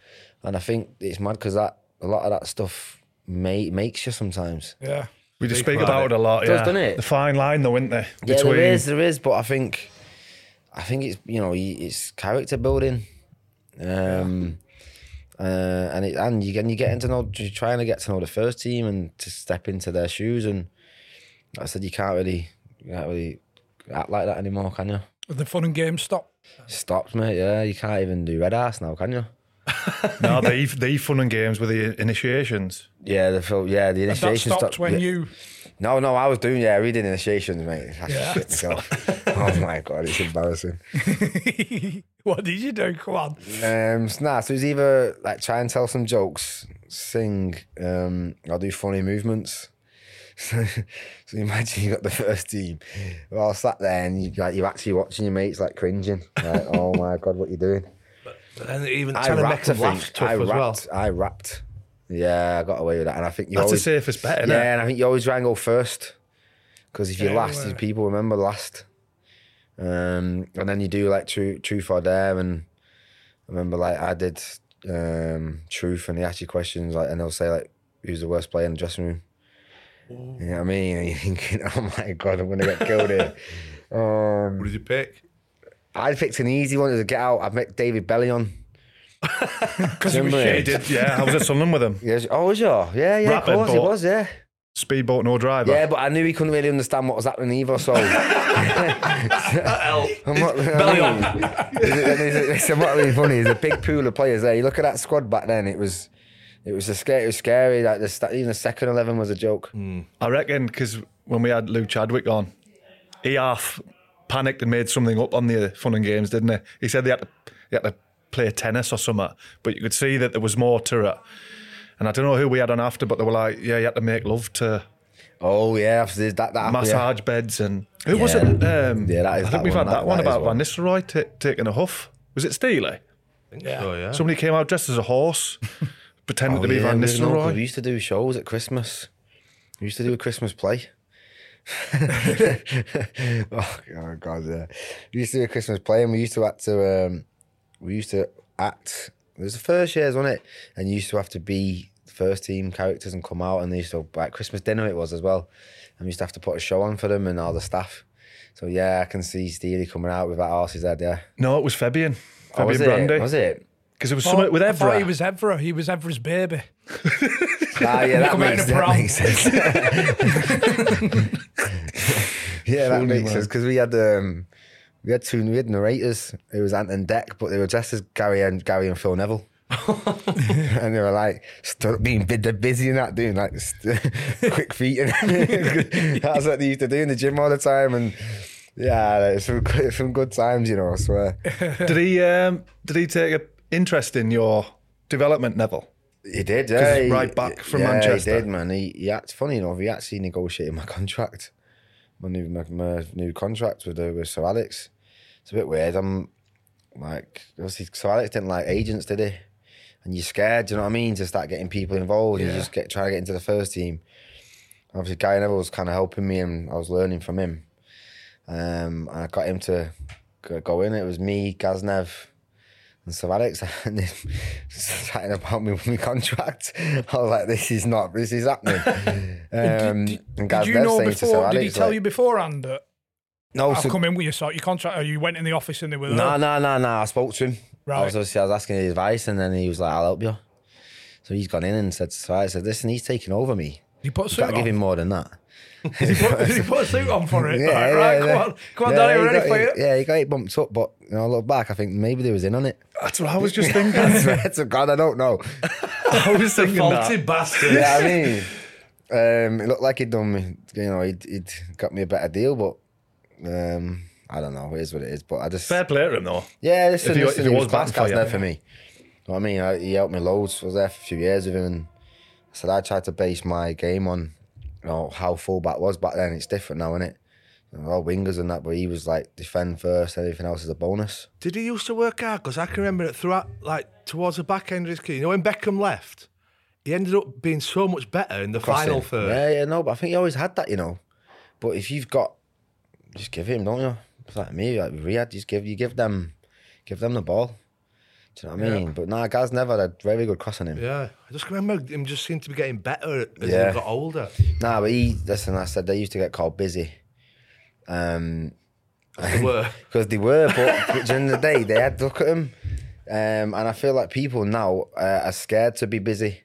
[SPEAKER 5] And I think it's mad because that a lot of that stuff may, makes you sometimes.
[SPEAKER 6] Yeah.
[SPEAKER 4] We just speak about it a lot.
[SPEAKER 5] Does,
[SPEAKER 4] yeah.
[SPEAKER 5] doesn't it?
[SPEAKER 4] The fine line, though, isn't there?
[SPEAKER 5] Yeah, there is, there is, but I think, I think it's you know y- it's character building, um, uh, and it and you and you getting to know, you're trying to get to know the first team and to step into their shoes, and like I said you can't really, you can't really act like that anymore, can you?
[SPEAKER 6] The fun and game stop.
[SPEAKER 5] Stopped, mate. Yeah, you can't even do red ass now, can you?
[SPEAKER 4] no, they they fun and games with the initiations.
[SPEAKER 5] Yeah, the fil- yeah the
[SPEAKER 6] That
[SPEAKER 5] initiation
[SPEAKER 6] stopped when
[SPEAKER 5] yeah.
[SPEAKER 6] you.
[SPEAKER 5] No, no, I was doing yeah, reading initiations, mate. I shit myself. oh my god, it's embarrassing.
[SPEAKER 6] what did you do? Come on.
[SPEAKER 5] Um, so nah, so it's either like try and tell some jokes, sing, um, or do funny movements. So, so imagine you got the first team. Well, I sat there and you, like, you're actually watching your mates like cringing. Like, oh my god, what you doing?
[SPEAKER 7] And even
[SPEAKER 5] I
[SPEAKER 7] trying to make
[SPEAKER 5] rapped, I
[SPEAKER 7] them laugh
[SPEAKER 5] think.
[SPEAKER 7] tough
[SPEAKER 5] I
[SPEAKER 7] as
[SPEAKER 5] rapped.
[SPEAKER 7] well.
[SPEAKER 5] I rapped. Yeah, I got away with that, and I think you
[SPEAKER 4] That's the
[SPEAKER 5] always.
[SPEAKER 4] safest bet, isn't
[SPEAKER 5] yeah,
[SPEAKER 4] it?
[SPEAKER 5] and I think you always try and go first because if you're
[SPEAKER 6] Yeah,
[SPEAKER 5] last,
[SPEAKER 6] well.
[SPEAKER 5] people remember last. Um, and then you do like true, truth or dare, and I remember like I did um, truth, and they ask you questions like, and they'll say like, "Who's the worst player in the dressing room?" You know what I mean? And you're thinking, "Oh my god, I'm gonna get killed here."
[SPEAKER 2] What did you pick?
[SPEAKER 5] I picked an easy one to get out. I met David Bellion. Because he was
[SPEAKER 4] He did, yeah. I was at Sunderland with him.
[SPEAKER 5] Yes. Oh, was you? Yeah, yeah,
[SPEAKER 4] Rapid,
[SPEAKER 5] of course it
[SPEAKER 4] but-
[SPEAKER 5] was, yeah.
[SPEAKER 4] Speedboat, no driver.
[SPEAKER 5] Yeah, but I knew he couldn't really understand what was happening either, so. I'm not,
[SPEAKER 7] Belly on.
[SPEAKER 5] it's, it's, it's not really funny. There's a big pool of players there. You look at that squad back then, it was. It was a scary. It was scary. Like the sta- even the second eleven was a joke.
[SPEAKER 4] I reckon because when we had Lou Chadwick on, he half panicked and made something up on the fun and games, didn't he? He said they had to, they had to play tennis or something, but you could see that there was more to it. And I don't know who we had on after, but they were like, yeah, you had to make love to
[SPEAKER 5] Oh yeah, after this- that that
[SPEAKER 4] massage beds and who was
[SPEAKER 5] Yeah.
[SPEAKER 4] it? Um,
[SPEAKER 5] Yeah, that is
[SPEAKER 4] I
[SPEAKER 5] that
[SPEAKER 4] think we've
[SPEAKER 5] one,
[SPEAKER 4] had that,
[SPEAKER 5] that-
[SPEAKER 4] one
[SPEAKER 5] that is
[SPEAKER 4] about
[SPEAKER 5] one.
[SPEAKER 4] Van Nistelrooy ta- taking a huff. Was it Steely?
[SPEAKER 2] Oh yeah.
[SPEAKER 4] Somebody came out dressed as a horse,
[SPEAKER 5] Yeah.
[SPEAKER 4] pretending
[SPEAKER 5] Oh,
[SPEAKER 4] to be
[SPEAKER 5] yeah,
[SPEAKER 4] Van
[SPEAKER 5] we didn't know, 'cause
[SPEAKER 4] Nistelrooy.
[SPEAKER 5] we used to do shows at Christmas. We used to do a Christmas play. oh oh, god, yeah. We used to do a Christmas play, and we used to act to. Um, we used to act. It was the first years, wasn't it? And you used to have to be the first team characters and come out, and they used to like Christmas dinner. It was as well, and we used to have to put a show on for them and all the staff. So yeah, I can see Steely coming out with that horse's head. Yeah,
[SPEAKER 4] No, it was Fabian.
[SPEAKER 5] oh,
[SPEAKER 4] Fabian
[SPEAKER 5] was
[SPEAKER 4] Brandy.
[SPEAKER 5] it? Was it?
[SPEAKER 4] Because there was
[SPEAKER 1] Oh,
[SPEAKER 4] something with
[SPEAKER 6] I thought he
[SPEAKER 4] Evra.
[SPEAKER 6] was Evra. He was Evra's baby.
[SPEAKER 5] Ah, yeah, that
[SPEAKER 6] Come out
[SPEAKER 5] makes,
[SPEAKER 6] in a
[SPEAKER 5] that
[SPEAKER 6] prom.
[SPEAKER 5] makes sense. yeah, that makes sense because we had um, we had two we had narrators. It was Ant and Deck, but they were dressed as Gary and Gary and Phil Neville. and they were like st- being bu- they're busy and that doing like st- quick feet and that's what they used to do in the gym all the time and yeah like, some good, some good times you know I swear
[SPEAKER 4] did he um, did he take an interest in your development, Neville?
[SPEAKER 5] He did,
[SPEAKER 4] 'Cause
[SPEAKER 5] yeah.
[SPEAKER 4] he's
[SPEAKER 5] he-
[SPEAKER 4] right back from
[SPEAKER 5] yeah,
[SPEAKER 4] Manchester.
[SPEAKER 5] He did, man. He, he act, funny enough, he actually negotiated my contract, my new my, my new contract with uh, with Sir Alex. It's a bit weird. I'm like, obviously, Sir Alex didn't like agents, did he? And you're scared, do you know what I mean, to start getting people involved. You
[SPEAKER 8] Yeah.
[SPEAKER 5] just get try to get into the first team. Obviously, Gary Neville was kind of helping me, and I was learning from him. Um, and I got him to go- go in. It was me, Gaznev, and so Alex and they chatting about me with my contract. I was like, this is not, this is happening. um, and
[SPEAKER 6] Did
[SPEAKER 5] Gaz
[SPEAKER 6] you
[SPEAKER 5] Nev
[SPEAKER 6] know
[SPEAKER 5] saying to Sir
[SPEAKER 6] before? Did he
[SPEAKER 5] Alex,
[SPEAKER 6] tell
[SPEAKER 5] like,
[SPEAKER 6] you beforehand that
[SPEAKER 5] No,
[SPEAKER 6] I've
[SPEAKER 5] Oh, so-
[SPEAKER 6] come in with your sort your contract, or you went in the office and they were
[SPEAKER 5] No, no, no, no. I spoke to him. I
[SPEAKER 6] Right.
[SPEAKER 5] was obviously I was asking his advice, and then he was like, "I'll help you." So he's gone in and said, "So I said, listen, he's taking over me.
[SPEAKER 6] He put a
[SPEAKER 5] You've
[SPEAKER 6] suit
[SPEAKER 5] got to give
[SPEAKER 6] on?
[SPEAKER 5] him more than that."
[SPEAKER 6] Did he put a suit on for it? Like, right, come on, come on, Danny,
[SPEAKER 5] he
[SPEAKER 6] we're ready
[SPEAKER 5] got
[SPEAKER 6] for
[SPEAKER 5] it-
[SPEAKER 6] you.
[SPEAKER 5] Yeah, he got it bumped up, but you know, I look back, I think maybe they was in on it.
[SPEAKER 4] That's what I was just
[SPEAKER 5] thinking. I swear to God, I don't know. I
[SPEAKER 4] was thinking
[SPEAKER 7] faulty
[SPEAKER 5] that.
[SPEAKER 7] bastard.
[SPEAKER 5] Yeah, I mean, um, it looked like he'd done me. You know, he'd, he'd got me a better deal, but um, I don't know. It is what it is. But I just
[SPEAKER 4] fair play to him though.
[SPEAKER 5] Yeah, listen,
[SPEAKER 4] If he-
[SPEAKER 5] listen,
[SPEAKER 4] if he
[SPEAKER 5] he was
[SPEAKER 4] was batting
[SPEAKER 5] class
[SPEAKER 4] for
[SPEAKER 5] guys
[SPEAKER 4] you.
[SPEAKER 5] there for me. You know what I mean, I, he helped me loads. I was there for a few years with him, and I said I tried to base my game on you know how fullback was back then. It's different now, isn't it? You know, all wingers and that, but he was like defend first. Everything else is a bonus.
[SPEAKER 2] Did he used to work hard? Because I can remember it throughout, like towards the back end of his career. You know, when Beckham left, he ended up being so much better in the
[SPEAKER 5] Crossing.
[SPEAKER 2] final third.
[SPEAKER 5] Yeah, yeah, no, but I think he always had that, you know. But if you've got, just give him, don't you? It's like me, like Riyadh, just give you give them, give them the ball. Do you know what I
[SPEAKER 2] Yeah.
[SPEAKER 5] mean? But nah, Gaz never had a very good cross on him.
[SPEAKER 2] Yeah, I just remember him just seemed to be getting better as
[SPEAKER 5] Yeah.
[SPEAKER 2] he got older.
[SPEAKER 5] Nah, but he, listen, I said they used to get called busy. Um,
[SPEAKER 2] They were.
[SPEAKER 5] Because they were, but, but during the day, they had to look at them. Um, and I feel like people now uh, are scared to be busy.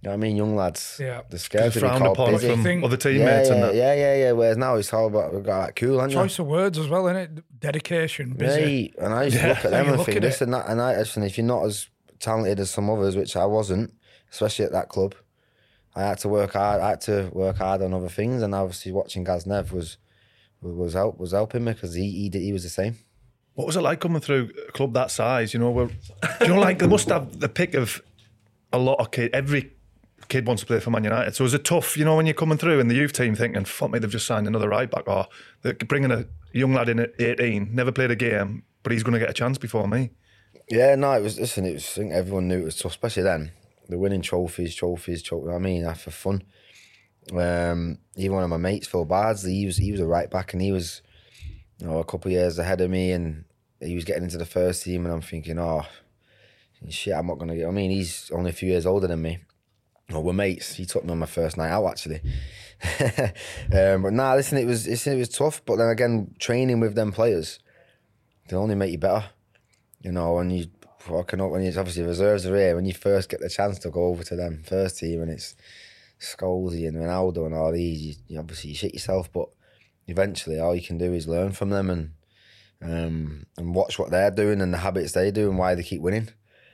[SPEAKER 5] You know what I mean? Young lads.
[SPEAKER 6] Yeah.
[SPEAKER 5] They're scared
[SPEAKER 4] It's
[SPEAKER 5] to be
[SPEAKER 4] frowned
[SPEAKER 5] called
[SPEAKER 4] upon
[SPEAKER 5] busy.
[SPEAKER 4] from Think- other teammates
[SPEAKER 5] yeah,
[SPEAKER 4] and
[SPEAKER 5] yeah,
[SPEAKER 4] that.
[SPEAKER 5] Yeah, yeah, yeah. Whereas now it's all about, we've got that cool, haven't you?
[SPEAKER 6] Choice of words as well, innit? Dedication, busy.
[SPEAKER 5] Yeah, and I used to
[SPEAKER 6] Yeah,
[SPEAKER 5] look at them
[SPEAKER 6] you
[SPEAKER 5] and
[SPEAKER 6] look
[SPEAKER 5] think,
[SPEAKER 6] at it.
[SPEAKER 5] listen, that, and I, listen, if you're not as talented as some others, which I wasn't, especially at that club, I had to work hard. I had to work hard on other things, and obviously watching Gaznev was was help was helping me because he, he did- he was the same.
[SPEAKER 4] What was it like coming through a club that size? You know, where do you know, like they must have the pick of a lot of kid. Every kid wants to play for Man United, so is it tough? You know, when you're coming through in the youth team, thinking, "Fuck me, they've just signed another right back," or they're bringing a young lad in at 18, never played a game, but he's going to get a chance before me.
[SPEAKER 5] Yeah, no, it was. Listen, it was. I think everyone knew it was tough, especially then. The winning trophies, trophies, trophies. I mean, that for fun. Um, even one of my mates, Phil Bardsley, he was he was a right back, and he was, you know, a couple of years ahead of me, and he was getting into the first team, and I'm thinking, oh, shit, I'm not gonna get. I mean, he's only a few years older than me. Well, we're mates. He took me on my first night out, actually. um, but nah, listen, it was listen, it was tough. But then again, training with them players, they only make you better you know, and you fucking up when it's obviously reserves are here, when you first get the chance to go over to them first team and it's Scolzi and Ronaldo and all these, you, you obviously you shit yourself, but eventually all you can do is learn from them and um, and watch what they're doing and the habits they do and why they keep winning.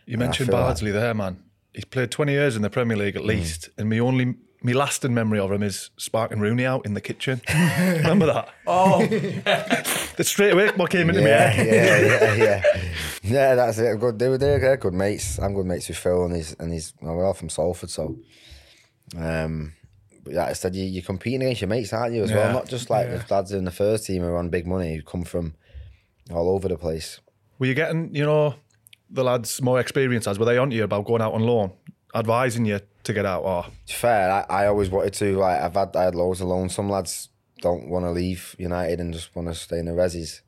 [SPEAKER 4] You
[SPEAKER 5] And I
[SPEAKER 4] mentioned
[SPEAKER 5] feel Hmm. like-
[SPEAKER 4] Bardsley there, man. He's played 20 years in the Premier League at least, and my only, my lasting memory of him is sparking Rooney out in the kitchen. Remember that?
[SPEAKER 7] Oh,
[SPEAKER 4] That straight away what came into
[SPEAKER 5] yeah,
[SPEAKER 4] me.
[SPEAKER 5] yeah, yeah, yeah, yeah. That's it. Good. They were they're, they're good mates. I'm good mates with Phil, and he's and he's. Well, we're all from Salford, so. Um, but like I said, you, you're competing against your mates, aren't you? As
[SPEAKER 4] Yeah.
[SPEAKER 5] well, not just like
[SPEAKER 4] Yeah.
[SPEAKER 5] the lads in the first team who are on big money who come from all over the place.
[SPEAKER 4] Were you getting, you know, the lads more experienced as were they on to you about going out on loan, advising you to get out? Or
[SPEAKER 5] It's fair. I, I always wanted to. Like I've had I had loads of loans. Some lads don't want to leave United and just want to stay in the resis.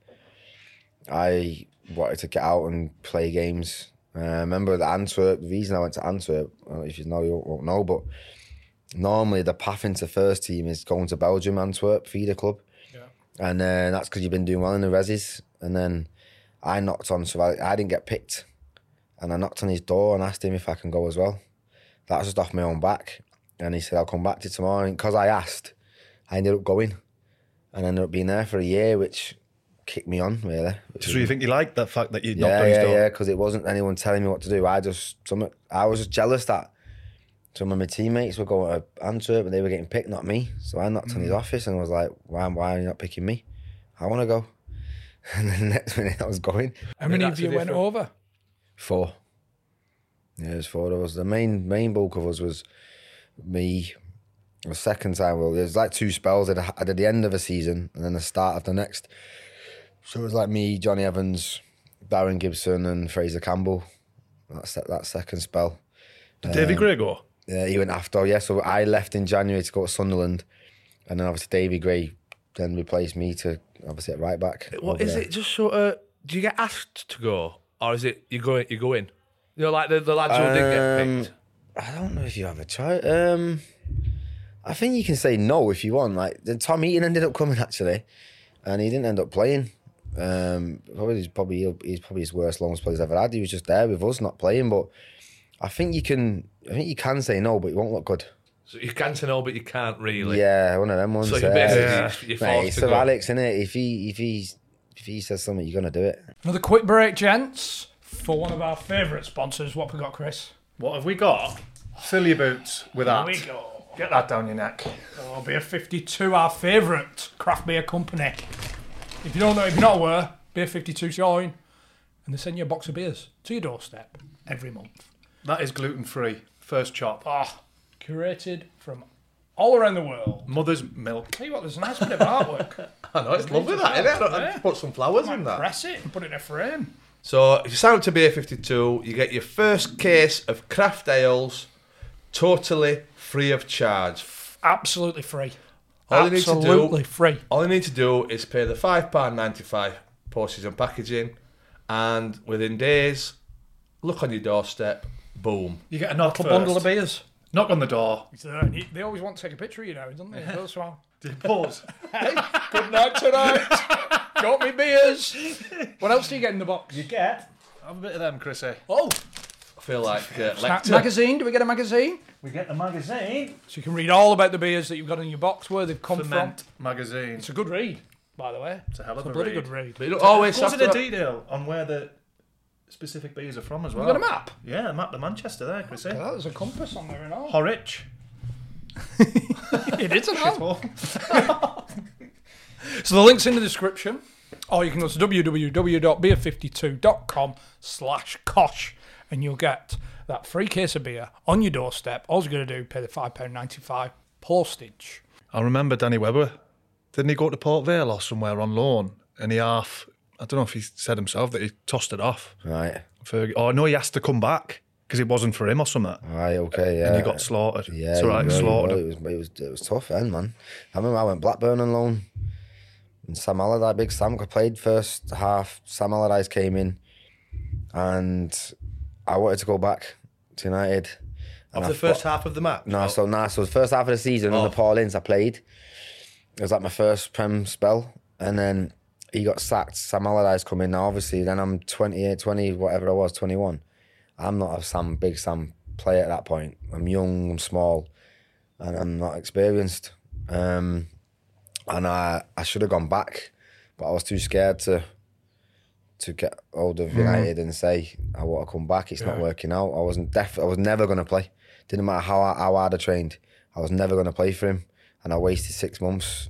[SPEAKER 5] I wanted to get out and play games. Uh, I remember the Antwerp. The reason I went to Antwerp, I don't know if you know, you won't know, but normally the path into first team is going to Belgium, Antwerp, feeder club, and then that's because you've been doing well in the resis. And then I knocked on, so I, I didn't get picked, and I knocked on his door and asked him if I can go as well. That was just off my own back, and he said I'll come back to you tomorrow. And because I asked, I ended up going, and ended up being there for a year, which kicked me on really.
[SPEAKER 4] So you think you liked the fact that you'd knocked
[SPEAKER 5] yeah,
[SPEAKER 4] on his
[SPEAKER 5] yeah,
[SPEAKER 4] door?
[SPEAKER 5] yeah, because it wasn't anyone telling me what to do. I just some I was just jealous that some of my teammates were going to Antwerp and they were getting picked, not me. So I knocked on his
[SPEAKER 8] Mm.
[SPEAKER 5] office and was like, "Why, why are you not picking me? I want to go." And then the next minute, I was going.
[SPEAKER 6] How many of you went over?
[SPEAKER 5] Four. Yeah, there's four of us. The main main bulk of us was me. The second time, well, there's like two spells. I did, I did the end of a season and then the start of the next. So it was like me, Johnny Evans, Darren Gibson, and Fraser Campbell. That's that, that second spell.
[SPEAKER 4] Did Davy Gray go?
[SPEAKER 5] Yeah, he went after. Yeah, so I left in January to go to Sunderland, and then obviously Davy Gray then replaced me to obviously at right back.
[SPEAKER 2] What
[SPEAKER 5] over
[SPEAKER 2] is
[SPEAKER 5] there.
[SPEAKER 2] it? Just sort of. Do you get asked to go, or is it you go you go in? You know, like the, the lads who did get picked.
[SPEAKER 5] Um, I don't know if you have a choice. Um, I think you can say no if you want. Like then Tom Eaton ended up coming actually, and he didn't end up playing. Um, probably he's probably he's probably his worst longest play he's ever had. He was just there with us, not playing. But I think you can. I think you can say no, but it won't look good.
[SPEAKER 2] So you can to know, but you can't really.
[SPEAKER 5] Yeah, one of them ones.
[SPEAKER 2] So you're
[SPEAKER 5] uh,
[SPEAKER 2] basically just- you're
[SPEAKER 5] Mate,
[SPEAKER 2] forced
[SPEAKER 5] it's
[SPEAKER 2] to
[SPEAKER 5] Sir
[SPEAKER 2] go.
[SPEAKER 5] Alex, is it? If he if he's if he says something, you're gonna do it.
[SPEAKER 1] Another quick break, gents, for one of our favourite sponsors. What have we got, Chris?
[SPEAKER 3] What have we got? Fill your boots with
[SPEAKER 1] Here
[SPEAKER 3] that.
[SPEAKER 1] we go.
[SPEAKER 3] Get that down your neck.
[SPEAKER 1] Oh, beer 52, our favourite craft beer company. If you don't know, if you're not aware, Beer 52 join, and they send you a box of beers to your doorstep every month.
[SPEAKER 3] That is gluten free. First chop.
[SPEAKER 1] Ah, curated from all around the world.
[SPEAKER 3] Mother's milk.
[SPEAKER 1] Tell you what, there's a nice bit of artwork.
[SPEAKER 2] I know it's lovely that, isn't it? I- I put some flowers in that.
[SPEAKER 1] Press it and put it in a frame.
[SPEAKER 2] So if you sign up to Beer 52, you get your first case of craft ales totally free of charge.
[SPEAKER 1] Absolutely free.
[SPEAKER 2] All you need to
[SPEAKER 1] Absolutely
[SPEAKER 2] do,
[SPEAKER 1] free.
[SPEAKER 2] All you need to do is pay the £5.95 postage and packaging, and within days, look on your doorstep, boom.
[SPEAKER 3] You get a knock
[SPEAKER 1] Couple
[SPEAKER 3] first.
[SPEAKER 1] bundle of beers.
[SPEAKER 3] Knock on the door.
[SPEAKER 1] So, uh, and he- they always want to take a picture of you now, don't they? Those one.
[SPEAKER 3] Pause.
[SPEAKER 1] Good night tonight. Got me beers. What else do you get in the box? You
[SPEAKER 3] get. Have a bit of them, Chrissy.
[SPEAKER 1] Oh,
[SPEAKER 2] I feel like uh,
[SPEAKER 1] Snack
[SPEAKER 2] Lecter.
[SPEAKER 1] magazine. Do we get a magazine?
[SPEAKER 3] We get the magazine.
[SPEAKER 1] So you can read all about the beers that you've got in your box, where they've come
[SPEAKER 3] Ferment
[SPEAKER 1] from.
[SPEAKER 3] magazine.
[SPEAKER 1] It's a good read, by the way.
[SPEAKER 3] It's a hell of a,
[SPEAKER 1] bloody
[SPEAKER 3] read.
[SPEAKER 1] good read.
[SPEAKER 2] But it always
[SPEAKER 3] goes
[SPEAKER 2] have
[SPEAKER 3] into
[SPEAKER 2] to-
[SPEAKER 3] detail on where the specific beers are from as
[SPEAKER 1] We've
[SPEAKER 3] well.
[SPEAKER 1] got a map?
[SPEAKER 3] Yeah, the map of Manchester there, Chrissy.
[SPEAKER 1] Yeah, there's a compass on there and all.
[SPEAKER 3] Horwich.
[SPEAKER 1] it is an
[SPEAKER 3] all.
[SPEAKER 1] So the link's in the description, or you can go to www.beer52.com slash kosh, and you'll get that free case of beer on your doorstep. All you're going to do, pay the £5.95 postage.
[SPEAKER 4] I remember Danny Webber. Didn't he go to Port Vale or somewhere on loan? And he half, I don't know if he said himself that he tossed it off.
[SPEAKER 5] Right.
[SPEAKER 4] For, oh, no, he asked to come back because it wasn't for him or something.
[SPEAKER 5] Right, okay, yeah.
[SPEAKER 4] And he got slaughtered.
[SPEAKER 5] Yeah,
[SPEAKER 4] It's all right,
[SPEAKER 5] you know, you
[SPEAKER 4] slaughtered
[SPEAKER 5] know, It was, it was it was tough then, man. I remember I went Blackburn on loan, and Sam Allardyce, big Sam, I played first half. Sam Allardyce came in, and I wanted to go back to United. And
[SPEAKER 2] Of
[SPEAKER 5] I
[SPEAKER 2] the
[SPEAKER 5] thought-
[SPEAKER 2] first half of the match.
[SPEAKER 5] No, so nah, so the first half of the season under Paul Ince, I played. It was like my first Prem spell, and then he got sacked. Sam Allardyce come in. Now, obviously, then I'm 28, 20, whatever I was, 21. I'm not a Sam, big Sam player at that point. I'm young, I'm small, and I'm not experienced. Um, and I, I should have gone back, but I was too scared to to get hold of
[SPEAKER 4] Mm.
[SPEAKER 8] Mhm.
[SPEAKER 5] United and say I want to come back. It's not
[SPEAKER 8] Yeah.
[SPEAKER 5] working out. I wasn't def. I was never going to play. Didn't matter how I- how hard I trained. I was never going to play for him, and I wasted six months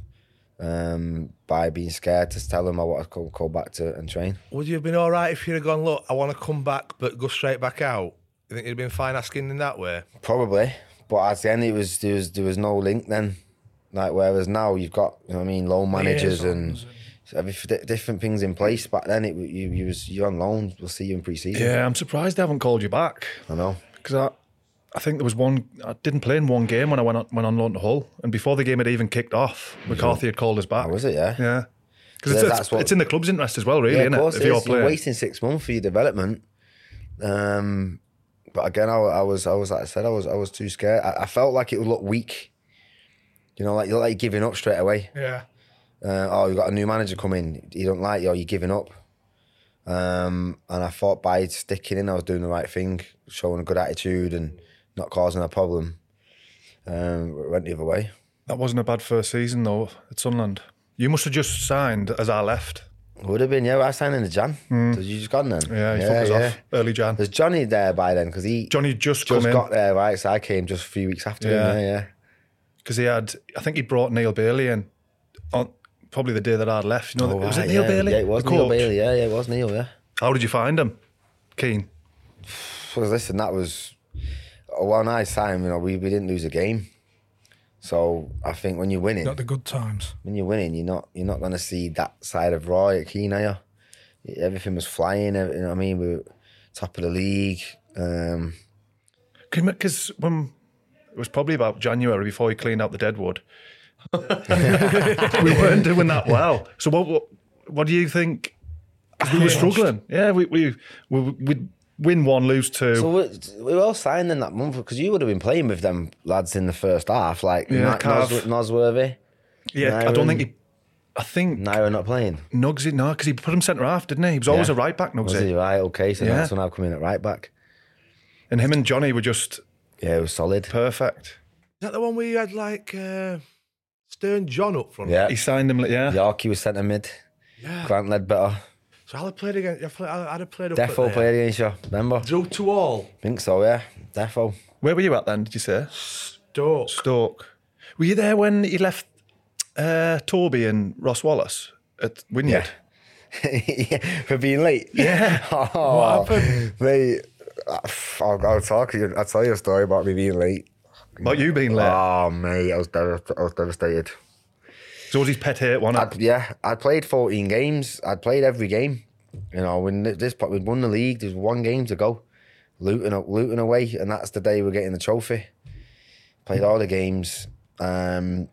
[SPEAKER 5] um, by being scared to tell him I want to go, go back to and train.
[SPEAKER 2] Would you have been all right if you'd have gone, look, I want to come back, but go straight back out? You think you'd have been fine asking in that way?
[SPEAKER 5] Probably, but at the end it was there was there was no link then. Like whereas now you've got you know what I mean loan managers and. everything- different things in place back then. It w- you, you was you on loan. We'll see you in pre-season.
[SPEAKER 4] Yeah, I'm surprised they haven't called you back.
[SPEAKER 5] I know.
[SPEAKER 4] Because I, I think there was one, I didn't play in one game when I went on, went on loan to Hull. And before the game had even kicked off, McCarthy had called us back.
[SPEAKER 5] Oh, was it, yeah?
[SPEAKER 4] Yeah.
[SPEAKER 5] Yeah,
[SPEAKER 4] Because it's,
[SPEAKER 5] that's what-
[SPEAKER 4] it's in the club's interest as well, really,
[SPEAKER 5] yeah,
[SPEAKER 4] isn't
[SPEAKER 5] of course
[SPEAKER 4] it?
[SPEAKER 5] it
[SPEAKER 4] If you're
[SPEAKER 5] is. You're
[SPEAKER 4] playing.
[SPEAKER 5] wasting six months for your development. Um, but again, I, I was, I was like I said, I was, I was too scared. I, I felt like it would look weak. You know, like you're like giving up straight away.
[SPEAKER 1] Yeah.
[SPEAKER 5] Uh, oh, you got a new manager coming. You don't like you. Or you're giving up. Um, and I thought by sticking in, I was doing the right thing, showing a good attitude and not causing a problem. Um, it went the other way.
[SPEAKER 4] That wasn't a bad first season, though, at Sunland. You must have just signed as I left.
[SPEAKER 5] Would have been, yeah. I signed in the Jan. So you just gone then?
[SPEAKER 4] Hmm. Yeah, he fucked us off.
[SPEAKER 5] Early Jan. There's Johnny there by then because he Johnny
[SPEAKER 4] just
[SPEAKER 5] just
[SPEAKER 4] come in.
[SPEAKER 5] got there, right? So I came just a few weeks after him. Yeah, yeah.
[SPEAKER 4] Because he had, I think he brought Neil Bailey in on probably the day that I'd left. You know,
[SPEAKER 5] Oh,
[SPEAKER 4] was it
[SPEAKER 5] right,
[SPEAKER 4] Neil
[SPEAKER 5] yeah.
[SPEAKER 4] Bailey?
[SPEAKER 5] Yeah, it was
[SPEAKER 4] The
[SPEAKER 5] Neil
[SPEAKER 4] coach?
[SPEAKER 5] Bailey. Yeah, yeah, it was Neil. Yeah.
[SPEAKER 4] How did you find him, Keen?
[SPEAKER 5] Well, listen, that was one I signed. You know, we, we didn't lose a game, so I think when you're winning,
[SPEAKER 6] Not the good times.
[SPEAKER 5] when you're winning, you're not you're not gonna see that side of Roy at Keene, are you? Everything was flying. ev- You know what I mean? We were top of the league. Um,
[SPEAKER 4] Because when it was probably about January before he cleaned out the deadwood, we weren't doing that well. So what what, what do you think? 'Cause we were struggling. Yeah, we we we we'd win one, lose two.
[SPEAKER 5] so we, we were all signed in that month because you would have been playing with them lads in the first half, like
[SPEAKER 4] Yeah,
[SPEAKER 5] Na-
[SPEAKER 4] Cav.
[SPEAKER 5] Nos- Nosworthy.
[SPEAKER 4] yeah, I don't think he. I think
[SPEAKER 5] Naira not playing.
[SPEAKER 4] Nugsy, no, because he put him centre half, didn't he? He was always
[SPEAKER 5] Yeah.
[SPEAKER 4] a right back,
[SPEAKER 5] Was
[SPEAKER 4] Nugsy.
[SPEAKER 5] he right? Okay, so
[SPEAKER 4] Yeah.
[SPEAKER 5] that's when I've come in at right back.
[SPEAKER 4] And him and Johnny were just
[SPEAKER 5] yeah, it was solid,
[SPEAKER 4] perfect.
[SPEAKER 2] that the one where you had like uh, Stern John up front?
[SPEAKER 5] Yeah,
[SPEAKER 4] he signed him. Yeah,
[SPEAKER 5] Yorkie was centre mid.
[SPEAKER 2] Yeah.
[SPEAKER 5] Grant Ledbetter.
[SPEAKER 2] So I had played against. I played- I had played up. at
[SPEAKER 5] Defo
[SPEAKER 2] there.
[SPEAKER 5] played against you. Remember?
[SPEAKER 2] Drew to all.
[SPEAKER 5] Think so, yeah. Defo.
[SPEAKER 4] Where were you at then? Did you say
[SPEAKER 2] Stoke?
[SPEAKER 4] Stoke. Were you there when he left uh, Torby and Ross Wallace at Wynyard?
[SPEAKER 5] yeah, for being late. Yeah. oh,
[SPEAKER 4] What happened?
[SPEAKER 5] Mate, I'll, I'll talk. to you- I'll tell you a story about me being late.
[SPEAKER 4] About you being late?
[SPEAKER 5] Oh, mate, I was, devast- I was devastated.
[SPEAKER 4] So was his pet hate one?
[SPEAKER 5] I'd, yeah, I played 14 games. I played every game. You know, when th- this part, we'd won the league, there's one game to go. Looting, a- looting away, and that's the day we're getting the trophy. Played all the games. Um,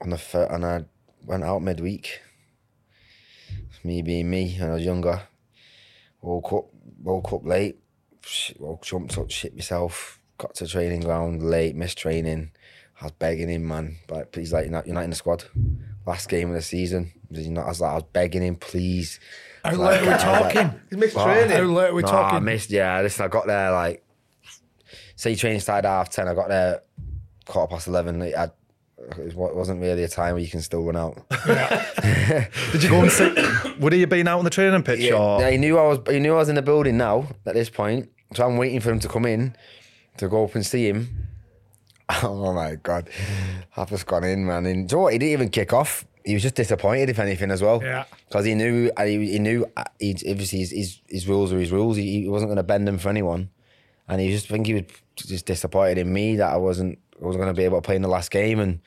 [SPEAKER 5] on the fir- and I went out midweek. Me being me, when I was younger. Woke up, woke up late. Shit, woke, jumped up, shit myself. Got to training ground late, missed training. I was begging him, man. But he's like, you're not, you're not in the squad. Last game of the season. He's not- I was like, I was begging him, please.
[SPEAKER 6] How
[SPEAKER 5] I was
[SPEAKER 6] late are we
[SPEAKER 5] I was
[SPEAKER 6] talking? He's missed
[SPEAKER 5] "Oh,
[SPEAKER 6] training. How late are we
[SPEAKER 5] nah, I
[SPEAKER 6] talking?"
[SPEAKER 5] missed, yeah. Listen, I got there like, say training started half 10. I got there quarter past 11. Like, I, it wa- wasn't really a time where you can still run out.
[SPEAKER 4] Did you go and see? would he have been out on the training pitch? or
[SPEAKER 5] Yeah, he knew I was. He knew I was in the building now at this point, so I'm waiting for him to come in to go up and see him. Oh my god, I've just gone in, man. And do you know what? He didn't even kick off. He was just disappointed, if anything, as well.
[SPEAKER 6] Yeah.
[SPEAKER 5] because he knew. and He, he knew. uh, He obviously his, his, his rules are his rules. He, he wasn't going to bend them for anyone, and he just think he was just disappointed in me that I wasn't. I wasn't going to be able to play in the last game, and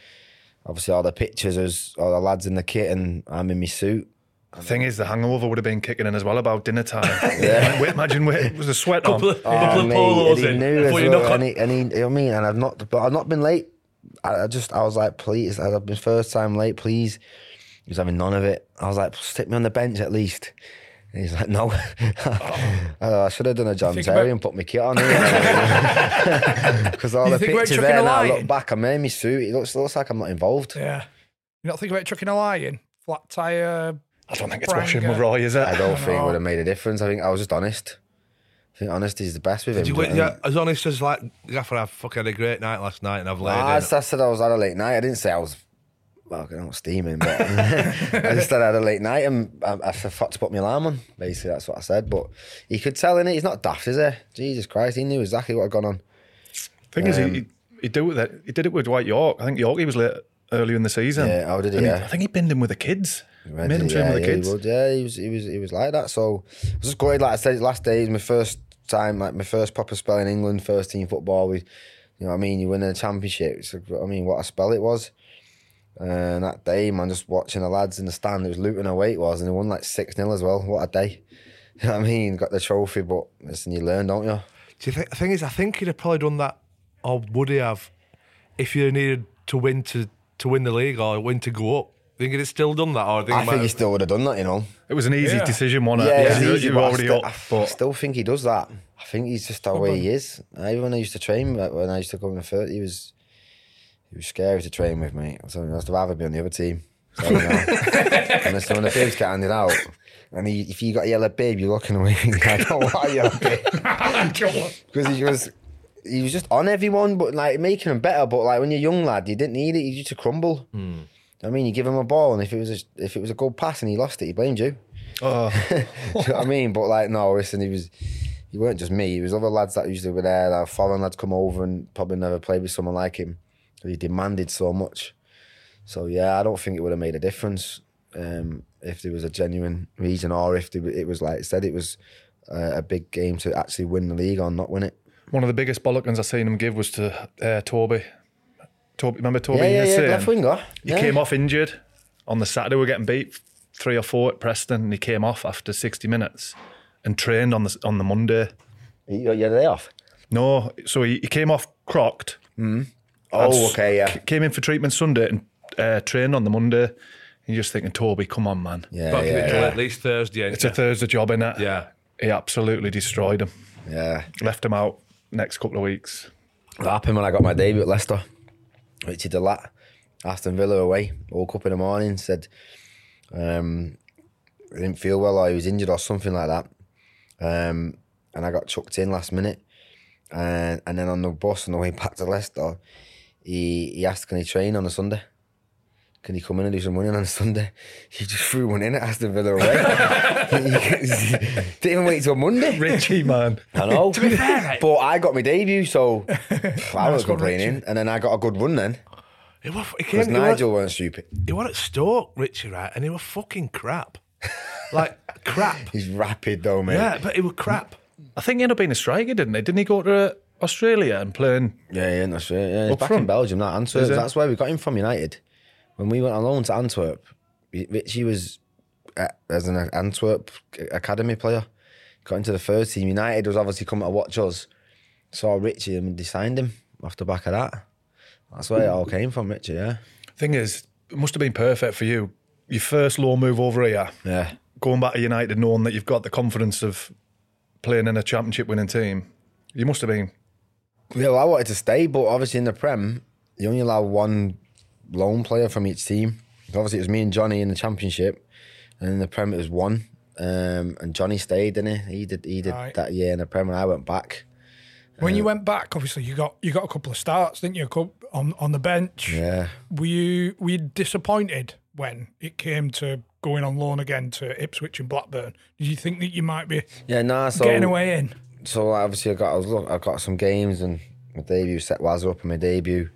[SPEAKER 5] obviously all the pictures was all the lads in the kit, and I'm in my suit.
[SPEAKER 4] The thing is, the hangover would have been kicking in as well about dinner time. Wait, imagine wait, it was a sweat
[SPEAKER 2] Couple
[SPEAKER 4] on.
[SPEAKER 2] of- couple of
[SPEAKER 5] Oh, mate,
[SPEAKER 2] polos
[SPEAKER 5] and he
[SPEAKER 2] in
[SPEAKER 5] knew as
[SPEAKER 2] before you
[SPEAKER 5] well,
[SPEAKER 2] knock on.
[SPEAKER 5] and he, and he, you know what I mean, and I've not, but I've not been late. I, I just, I was like, please, I've been first time late, please. He was having none of it. I was like, stick me on the bench at least. And he's like, no. Uh, I should have done a John
[SPEAKER 6] Think
[SPEAKER 5] Terry
[SPEAKER 6] about-
[SPEAKER 5] and put my kit on. Because all
[SPEAKER 6] You
[SPEAKER 5] the
[SPEAKER 6] think about
[SPEAKER 5] pictures
[SPEAKER 6] chucking
[SPEAKER 5] there,
[SPEAKER 6] a
[SPEAKER 5] now I
[SPEAKER 6] lie
[SPEAKER 5] look
[SPEAKER 6] in?
[SPEAKER 5] back, I'm in my suit. It looks, looks like I'm not involved.
[SPEAKER 6] Yeah. You not think about chucking a lie in? Flat tyre.
[SPEAKER 4] I don't think it's washing with Roy, is it?
[SPEAKER 5] I don't think it would have made a difference. I think I was just honest. I think honesty is the best with
[SPEAKER 2] Did
[SPEAKER 5] him.
[SPEAKER 2] you
[SPEAKER 5] do you know
[SPEAKER 2] went,
[SPEAKER 5] what I mean?
[SPEAKER 2] yeah, as honest as like Gaffer, I fucking had a great night last night and I've laid
[SPEAKER 5] Ah, I,
[SPEAKER 2] in.
[SPEAKER 5] s- I said I was at a late night. I didn't say I was. Well, I'm not steaming, but I just said I had a late night and I, I forgot to put my alarm on. Basically, that's what I said. But he could tell in it. He's not daft, is he? Jesus Christ, he knew exactly what had gone on.
[SPEAKER 4] Thing
[SPEAKER 5] um,
[SPEAKER 4] is, he, he, he do it. He did it with Dwight York. I think York he was late earlier in the season.
[SPEAKER 5] Yeah, how did he?
[SPEAKER 4] And
[SPEAKER 5] Yeah.
[SPEAKER 4] I think he binned him with the kids.
[SPEAKER 5] Right,
[SPEAKER 4] Made him train
[SPEAKER 5] yeah,
[SPEAKER 4] with the
[SPEAKER 5] yeah,
[SPEAKER 4] kids.
[SPEAKER 5] He would, yeah, he was, he was, he was like that. So I was just gutted. Like I said, last day is my first time, like my first proper spell in England, first team football. We, you know what I mean? You win a championship. It's like, I mean, what a spell it was. And that day, man, just watching the lads in the stand, it was looting away it was, and they won like 6 0 as well. What a day. You know what I mean? Got the trophy, but listen, you learn, don't you?
[SPEAKER 2] Do you think the thing is? I think he'd have probably done that, or would he have, if you needed to win to to win the league or win to go up? Think he'd have still done that, or think he
[SPEAKER 5] I think
[SPEAKER 2] might
[SPEAKER 5] he
[SPEAKER 2] have,
[SPEAKER 5] still would have done that, you know.
[SPEAKER 4] It was an easy
[SPEAKER 6] Yeah.
[SPEAKER 4] decision, wasn't it?
[SPEAKER 5] Yeah, it's
[SPEAKER 4] You-
[SPEAKER 5] easy,
[SPEAKER 4] you were
[SPEAKER 5] but I
[SPEAKER 4] already
[SPEAKER 5] still-
[SPEAKER 4] up.
[SPEAKER 5] I,
[SPEAKER 4] But
[SPEAKER 5] still think he does that. I think he's just the way he is. I, even when I used to train, like, when I used to come in third, he was he was scary to train with me. So I would rather be on the other team. So, you know. and so when the bibs get handed out, and he, if you got a yellow bib, you're looking away. "Oh, thinking, I don't want a yellow bib because he was he was just on everyone, but like making them better. But like when you're a young lad, you didn't need it. You used to crumble. I mean, you give him a ball, and if it was a, if it was a good pass and he lost it, he blamed you.
[SPEAKER 4] Oh.
[SPEAKER 5] Do you know what I mean? But like, no, listen, he was. He weren't just me. He was other lads that usually were there. That foreign lads come over and probably never played with someone like him. He demanded so much. So yeah, I don't think it would have made a difference um, if there was a genuine reason, or if there, it was like I said, it was uh, a big game to actually win the league or not win it.
[SPEAKER 4] One of the biggest bollockings I seen him give was to uh, Toby. Toby, remember Toby?
[SPEAKER 5] Yeah,
[SPEAKER 4] you
[SPEAKER 5] yeah,
[SPEAKER 4] were
[SPEAKER 5] yeah,
[SPEAKER 4] saying?
[SPEAKER 5] left winger.
[SPEAKER 4] He
[SPEAKER 5] Yeah.
[SPEAKER 4] came off injured on the Saturday. We are getting beat three or four at Preston, and he came off after sixty minutes and trained on the on the Monday.
[SPEAKER 5] You had a day off?
[SPEAKER 4] No, so he, he came off crocked. Mm.
[SPEAKER 5] Oh, okay, yeah.
[SPEAKER 4] Came in for treatment Sunday and uh, trained on the Monday. You're just thinking, Toby, come on, man.
[SPEAKER 5] Yeah,
[SPEAKER 7] Back in it till at least Thursday. ain't
[SPEAKER 4] It's
[SPEAKER 7] ya?
[SPEAKER 4] a Thursday job, in it?
[SPEAKER 7] Yeah.
[SPEAKER 4] He absolutely destroyed him.
[SPEAKER 5] Yeah.
[SPEAKER 4] Left him out next couple of weeks.
[SPEAKER 5] That happened when I got my debut at Leicester. Richie Delat, Aston Villa away. Woke up in the morning, said um, I didn't feel well or he was injured or something like that. Um, and I got chucked in last minute. And, and then on the bus on the way back to Leicester, he, he asked, Can he train on a Sunday? Can he come in and do some running on a Sunday? He just threw one in at Aston Villa away. Didn't even wait till Monday.
[SPEAKER 4] Richie, man.
[SPEAKER 5] I know.
[SPEAKER 4] To be fair, mate.
[SPEAKER 5] But I got my debut, so pff, I
[SPEAKER 7] Nice
[SPEAKER 5] was
[SPEAKER 7] one,
[SPEAKER 5] complaining.
[SPEAKER 7] Richie.
[SPEAKER 5] And then I got a good run then.
[SPEAKER 7] He were, he came,
[SPEAKER 5] Because
[SPEAKER 7] he were-
[SPEAKER 5] Nigel weren't stupid.
[SPEAKER 7] He were at Stoke, Richie, right? And he were fucking crap. Like, crap.
[SPEAKER 5] He's rapid though, mate.
[SPEAKER 7] Yeah, but he were crap.
[SPEAKER 4] I think he ended up being a striker, didn't he? Didn't he go to uh, Australia and playing?
[SPEAKER 5] Yeah, yeah, that's right. Yeah, he's
[SPEAKER 4] Up
[SPEAKER 5] back in
[SPEAKER 4] front.
[SPEAKER 5] Belgium, that Antwerp.
[SPEAKER 4] Is it?
[SPEAKER 5] That's where we got him from United. When we went on loan to Antwerp, Ri- Richie was uh, as an Antwerp academy player. Got into the first team. United was obviously coming to watch us. Saw Richie and they signed him off the back of that. That's where it all came from, Richie. Yeah.
[SPEAKER 4] Thing is, it must have been perfect for you. Your first low move over here.
[SPEAKER 5] Yeah.
[SPEAKER 4] Going back to United, knowing that you've got the confidence of playing in a championship winning team. You must have been.
[SPEAKER 5] Yeah, well, I wanted to stay, but obviously in the Prem, you only allow one loan player from each team. So obviously, it was me and Johnny in the Championship, and in the Prem it was one. Um, and Johnny stayed, didn't he? He did. He did
[SPEAKER 6] Right.
[SPEAKER 5] that year in the Prem, and I went back.
[SPEAKER 6] When
[SPEAKER 5] Uh,
[SPEAKER 6] you went back, obviously you got you got a couple of starts, didn't you? A coup- On on the bench.
[SPEAKER 5] Yeah.
[SPEAKER 6] Were you were you disappointed when it came to going on loan again to Ipswich and Blackburn? Did you think that you might be
[SPEAKER 5] Yeah, nah. So
[SPEAKER 6] getting away in?
[SPEAKER 5] so obviously I got I was look I got some games and my debut set Wazza up in my debut.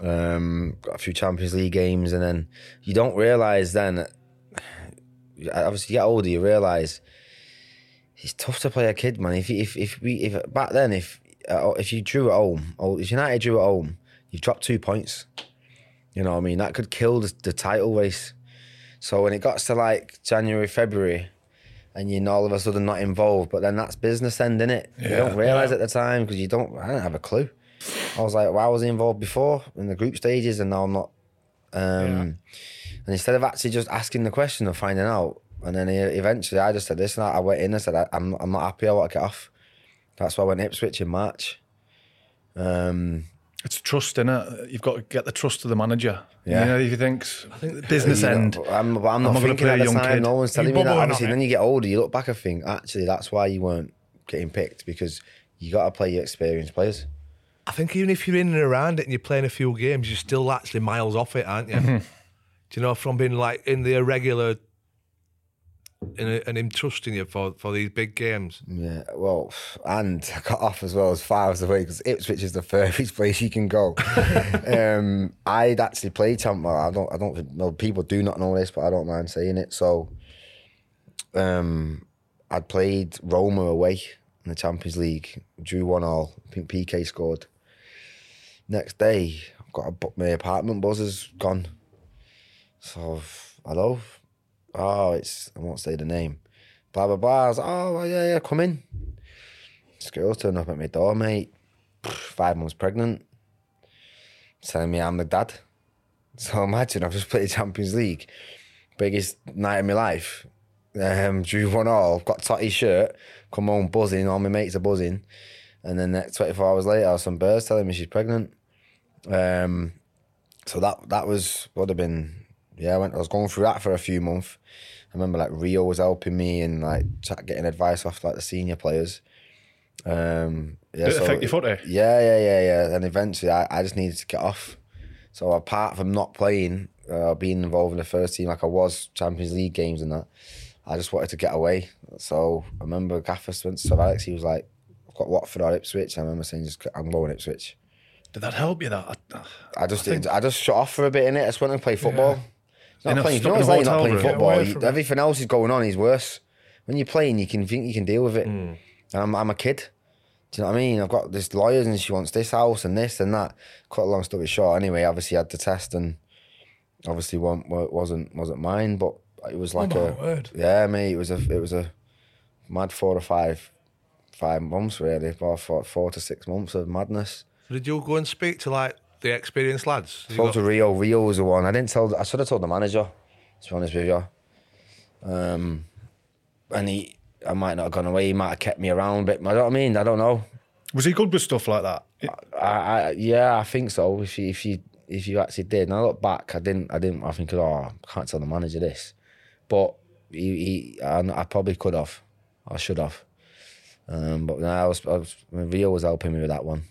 [SPEAKER 5] Um, got a few Champions League games and then you don't realise then. Obviously, you get older, you realise it's tough to play a kid, man. If if if we if back then if uh, if you drew at home, or if United drew at home, you've dropped two points. You know what I mean? That could kill the, the title race. So when it got to like January, February, and you're all of a sudden not involved, but then that's business end, is it? You
[SPEAKER 4] Yeah.
[SPEAKER 5] don't realise at the time because you don't. I didn't have a clue. I was like, why was he involved before in the group stages, and now I'm not. Um, And instead of actually just asking the question and finding out, and then e- eventually I just said this, and I I went in and said, I- I'm, I'm not happy, I want to get off. That's why I went Ipswich in March. Um,
[SPEAKER 4] It's trust in it. You've got to get the trust of the manager.
[SPEAKER 5] Yeah.
[SPEAKER 4] You know, if he thinks business
[SPEAKER 5] you know,
[SPEAKER 4] end.
[SPEAKER 5] but I'm, but I'm not
[SPEAKER 4] I'm not gonna
[SPEAKER 5] thinking
[SPEAKER 4] play
[SPEAKER 5] at
[SPEAKER 4] a
[SPEAKER 5] the
[SPEAKER 4] young
[SPEAKER 5] time.
[SPEAKER 4] kid.
[SPEAKER 5] No one's
[SPEAKER 4] You
[SPEAKER 5] telling me that.
[SPEAKER 4] bubbling on
[SPEAKER 5] Obviously,
[SPEAKER 4] it.
[SPEAKER 5] then you get older, you look back and think, actually, that's why you weren't getting picked because you got to play your experienced players.
[SPEAKER 7] I think even if you're in and around it and you're playing a few games, you're still actually miles off it, aren't you?
[SPEAKER 5] Mm-hmm.
[SPEAKER 7] Do you know, from being like in the irregular in a, and him trusting you for, for these big games.
[SPEAKER 5] Yeah, well, and I got off as well as five hours away because Ipswich is the furthest place you can go. um, I'd actually played Tampa. I don't, I don't think, no, people do not know this, but I don't mind saying it. So, um, I'd played Roma away in the Champions League, drew one all. I think PK scored. Next day, I've got a bu- my apartment buzzer's gone. So, hello. Oh, it's I won't say the name. Blah blah blah. I was like, oh well, yeah yeah, come in. This girl's turned up at my door, mate. Five months pregnant. Telling me I'm the dad. So imagine I've just played Champions League, biggest night of my life. Um, drew one all, got Totty's shirt, come home buzzing, all my mates are buzzing. And then next 24 hours later, some birds telling me she's pregnant. Um, so that that was would have been yeah. I went. I was going through that for a few months. I remember like Rio was helping me and like tra- getting advice off like the senior players. Um, yeah,
[SPEAKER 4] Did it affect your footy?
[SPEAKER 5] Yeah, yeah, yeah, yeah. And eventually, I, I just needed to get off. So apart from not playing, uh, being involved in the first team, like I was Champions League games and that, I just wanted to get away. So I remember Gaffer went to Sir Alex. He was like, "I've got Watford or Ipswich." I remember saying, "Just I'm going Ipswich."
[SPEAKER 9] Did that help you? That
[SPEAKER 5] I just I just shut off for a bit in it. I just went and played football. He's
[SPEAKER 9] You're
[SPEAKER 5] Not
[SPEAKER 9] not
[SPEAKER 5] playing, you
[SPEAKER 9] stuck
[SPEAKER 5] know,
[SPEAKER 9] in
[SPEAKER 5] it's
[SPEAKER 9] a
[SPEAKER 5] like you're not
[SPEAKER 9] hotel
[SPEAKER 5] playing
[SPEAKER 9] room.
[SPEAKER 5] football.
[SPEAKER 9] Get away
[SPEAKER 5] You-
[SPEAKER 9] from it.
[SPEAKER 5] everything else is going on is worse. When you're playing, you can think you can deal with it.
[SPEAKER 9] Hmm.
[SPEAKER 5] And I'm, I'm a kid. Do you know what I mean? I've got this lawyers and she wants this house and this and that. Cut a long story short. Anyway, obviously I had the test and obviously one wa- wasn't wasn't mine, but it was
[SPEAKER 1] Oh
[SPEAKER 5] like
[SPEAKER 1] my
[SPEAKER 5] a
[SPEAKER 1] word.
[SPEAKER 5] yeah, mate. It was a it was a mad four or five five months really, or four, four to six months of madness.
[SPEAKER 2] Did you go and speak to like the experienced lads? You
[SPEAKER 5] Spoke
[SPEAKER 2] got-
[SPEAKER 5] to Rio. Rio was the one. I didn't tell. I should have told the manager. To be honest with you, um, and he, I might not have gone away. He might have kept me around a bit. I don't know what I mean. I don't know.
[SPEAKER 9] Was he good with stuff like that?
[SPEAKER 5] I, I yeah, I think so. If you if you if you actually did, and I look back, I didn't. I didn't. I think, oh, I can't tell the manager this, but he, he I, I probably could have. I should have. Um, but no, I was, I was Rio was helping me with that one.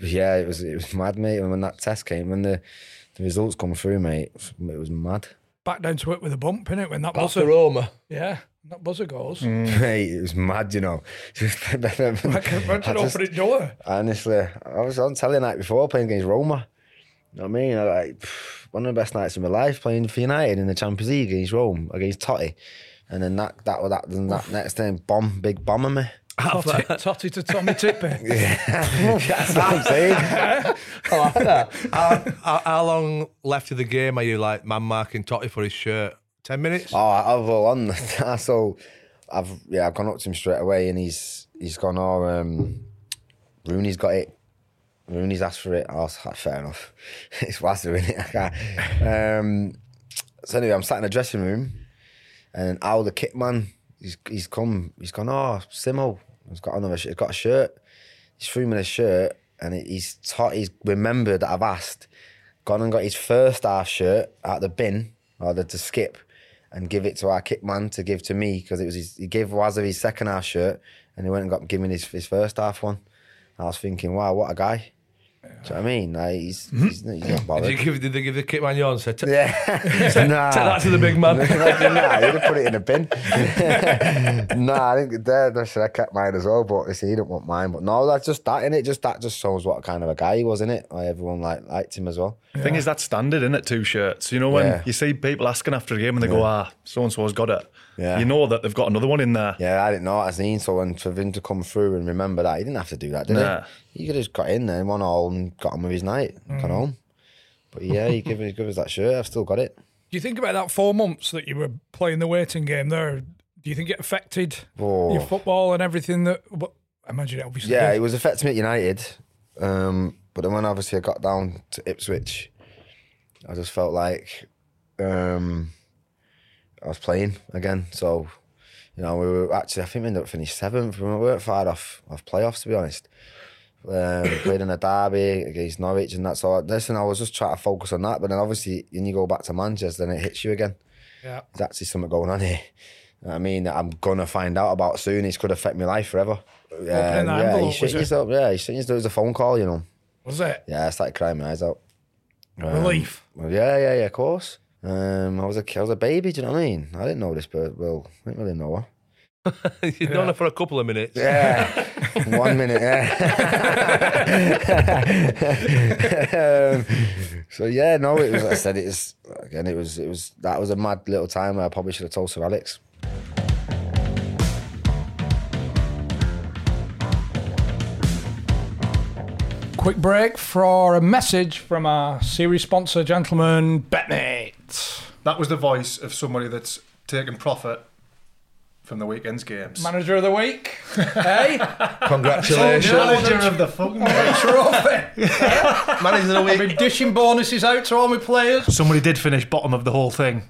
[SPEAKER 5] But yeah, it was it was mad, mate. And when that test came, when the, the results come through, mate, it was mad.
[SPEAKER 1] Back down to it with a bump in it when that
[SPEAKER 2] That's
[SPEAKER 1] buzzer.
[SPEAKER 2] a Roma.
[SPEAKER 1] Yeah, when that buzzer goes.
[SPEAKER 5] Mate, it was mad, you know. I
[SPEAKER 1] can't
[SPEAKER 5] I
[SPEAKER 1] imagine
[SPEAKER 5] just-
[SPEAKER 1] opening door.
[SPEAKER 5] Honestly, I was on telly the night before playing against Roma. You know what I mean? I, like, pff, one of the best nights of my life playing for United in the Champions League against Rome, against Totti. And then that that was that, then that next thing, bomb, big bomb on me.
[SPEAKER 1] Totty, totty to Tommy Tippett.
[SPEAKER 5] That's what I'm saying.
[SPEAKER 2] I like that. how, how, how long left of the game are you like man marking Totti for his shirt? Ten minutes.
[SPEAKER 5] Oh, I- I've all on the so I've yeah, I've gone up to him straight away and he's he's gone, oh um Rooney's got it. Rooney's asked for it. I was like, fair enough. it's Wazoo, innit? I can't. Um, so anyway, I'm sat in the dressing room and Al the kit man, he's he's come, he's gone, oh, Simo. He's got another shirt, he's got a shirt. He's threw me the shirt and he- he's taught he's remembered that I've asked, gone and got his first half shirt out the bin or the, the skip and give it to our kit man to give to me because it was his, he gave Wazza his second half shirt and he went and got given his, his first half one. I was thinking, wow, what a guy. Do you know what I mean? Like, he's, he's, he's not
[SPEAKER 2] Did, you
[SPEAKER 5] bothered.
[SPEAKER 2] give, did they give the kit man yours? Take
[SPEAKER 5] Yeah. nah.
[SPEAKER 2] that to the big man.
[SPEAKER 5] nah, he'd have put it in a bin. nah, I think there, I should have kept mine as well, but you see, he didn't want mine. But no, that's just that in it. Just that just shows what kind of a guy he was in it. Like, everyone like liked him as well.
[SPEAKER 9] The thing is, that's standard, isn't it? Two shirts. You know, when
[SPEAKER 5] Yeah.
[SPEAKER 9] you see people asking after a game and they go, ah, so and so's got it.
[SPEAKER 5] Yeah.
[SPEAKER 9] You know that they've got another one in there.
[SPEAKER 5] Yeah, I didn't know what I seen. So when for him to come through and remember that, he didn't have to do that, did
[SPEAKER 9] Nah.
[SPEAKER 5] he? He could have just got in there, one all, and got on with his night, and
[SPEAKER 2] Mm.
[SPEAKER 5] gone home. But yeah, he gave, he gave us that shirt. I've still got it.
[SPEAKER 1] Do you think about that four months that you were playing the waiting game there? Do you think it affected
[SPEAKER 5] Oh.
[SPEAKER 1] your football and everything that? But I imagine it obviously.
[SPEAKER 5] Yeah,
[SPEAKER 1] did.
[SPEAKER 5] it was affecting me at United. Um, but then when obviously I got down to Ipswich, I just felt like um, I was playing again. So, you know, we were actually, I think we ended up finishing seventh. We weren't far off, off playoffs, to be honest. Um, played in a derby against Norwich and that's all. Listen, I was just trying to focus on that. But then obviously, when you go back to Manchester, then it hits you again
[SPEAKER 1] Yeah.
[SPEAKER 5] there's actually something going on here. You know what I mean, that I'm gonna find out about soon. It's could affect my life forever. Yeah,
[SPEAKER 1] that
[SPEAKER 5] yeah, you
[SPEAKER 1] envelope, was
[SPEAKER 5] shit
[SPEAKER 1] it?
[SPEAKER 5] yourself. Yeah, you shit yourself. It was a phone call, you know.
[SPEAKER 1] Was it
[SPEAKER 5] Yeah, I started crying my eyes out. Um,
[SPEAKER 1] relief?
[SPEAKER 5] Well, yeah, yeah, yeah, of course. Um, I was a ki- I was a baby. Do you know what I mean? I didn't know this, but well, I didn't really know her.
[SPEAKER 2] You'd known her for a couple of minutes.
[SPEAKER 5] Yeah, one minute. Yeah. um, so yeah, no, it was. I said it was again. It was. It was. That was a mad little time. Where I probably should have told Sir Alex.
[SPEAKER 1] Quick break for a message from our series sponsor, gentlemen, Betmate.
[SPEAKER 4] That was the voice of somebody that's taken profit from the weekend's games.
[SPEAKER 1] Manager of the week, hey?
[SPEAKER 2] Congratulations.
[SPEAKER 4] Manager of the fucking game.
[SPEAKER 1] Trophy.
[SPEAKER 2] Manager of the
[SPEAKER 1] I've
[SPEAKER 2] week.
[SPEAKER 1] been dishing bonuses out to all my players.
[SPEAKER 4] Somebody did finish bottom of the whole thing.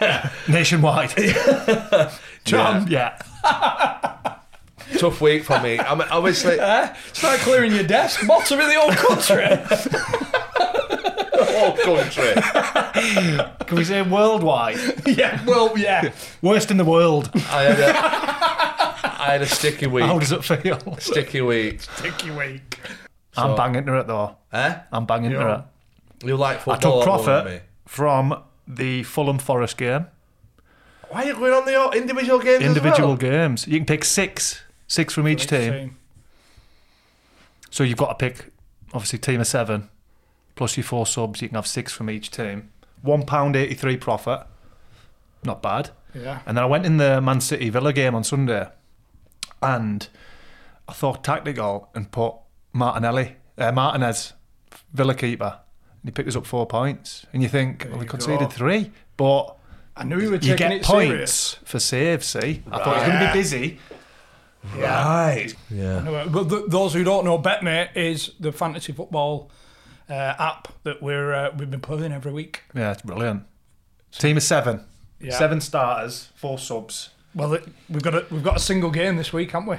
[SPEAKER 4] Nationwide. John. Yeah.
[SPEAKER 2] Tough week for me. I mean, obviously,
[SPEAKER 1] Start clearing your desk. Bottom of the old country.
[SPEAKER 2] whole country.
[SPEAKER 4] Can we say worldwide?
[SPEAKER 1] yeah, well, yeah.
[SPEAKER 4] Worst in the world.
[SPEAKER 2] I had a, I had a sticky week.
[SPEAKER 7] Oh,
[SPEAKER 4] How does it feel?
[SPEAKER 2] Sticky week.
[SPEAKER 1] Sticky week.
[SPEAKER 4] I'm banging to it though.
[SPEAKER 2] Huh?
[SPEAKER 4] I'm banging to
[SPEAKER 1] Yeah.
[SPEAKER 4] it.
[SPEAKER 2] You like football?
[SPEAKER 4] took
[SPEAKER 2] a lot more
[SPEAKER 4] profit.
[SPEAKER 2] than me.
[SPEAKER 3] from the Fulham Forest game.
[SPEAKER 2] Why are you going on the individual games? as
[SPEAKER 3] individual
[SPEAKER 2] well?
[SPEAKER 3] games. You can pick six, six from each team. So you've got to pick, obviously, team of seven plus your four subs. You can have six from each team. One pound eighty-three profit, not bad.
[SPEAKER 1] Yeah.
[SPEAKER 3] And then I went in the Man City Villa game on Sunday, and I thought tactical and put Martinelli, uh, Martinez, Villa keeper, and he picked us up four points. And you think well, we conceded
[SPEAKER 1] go.
[SPEAKER 3] three, but
[SPEAKER 1] I knew we were
[SPEAKER 3] you
[SPEAKER 1] taking
[SPEAKER 3] get
[SPEAKER 1] it
[SPEAKER 3] points
[SPEAKER 1] serious.
[SPEAKER 3] for saves. See, I thought it was going to
[SPEAKER 1] Right.
[SPEAKER 3] be busy.
[SPEAKER 1] Right.
[SPEAKER 7] Yeah.
[SPEAKER 1] No, but th- those who don't know, BetMate is the fantasy football uh, app that we're uh, we've been playing every week.
[SPEAKER 3] Yeah, it's brilliant. Team of seven.
[SPEAKER 1] Yeah.
[SPEAKER 3] Seven starters, four subs.
[SPEAKER 1] Well, it, we've got a, we've got a single game this week, haven't we?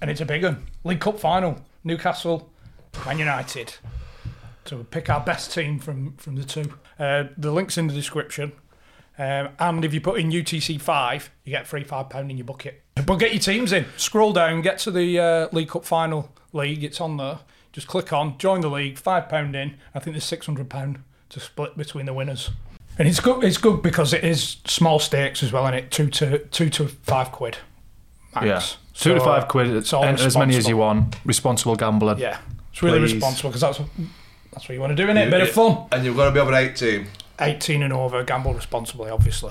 [SPEAKER 1] And it's a big one. League Cup final, Newcastle, Man United. So we pick our best team from from the two. Uh, the links in the description. Um, and if you put in UTC five, you get a free five pound in your bucket. But get your teams in. Scroll down, get to the uh, League Cup final league. It's on there. Just click on, join the league. Five pound in. I think there's six hundred pound to split between the winners. And it's good. It's good because it is small stakes as well, and it two to two to five quid. Max.
[SPEAKER 3] Yeah. Two to
[SPEAKER 1] So uh,
[SPEAKER 3] five quid.
[SPEAKER 1] it's
[SPEAKER 3] It's
[SPEAKER 1] all
[SPEAKER 3] as many as
[SPEAKER 1] responsible.
[SPEAKER 3] you want. Responsible gambling.
[SPEAKER 1] Yeah, it's really
[SPEAKER 3] Please.
[SPEAKER 1] responsible because that's that's what you want to do, innit? it? Bit of
[SPEAKER 2] Yeah.
[SPEAKER 1] fun.
[SPEAKER 2] And you've got to be over 18.
[SPEAKER 1] 18 and over, gamble responsibly, obviously.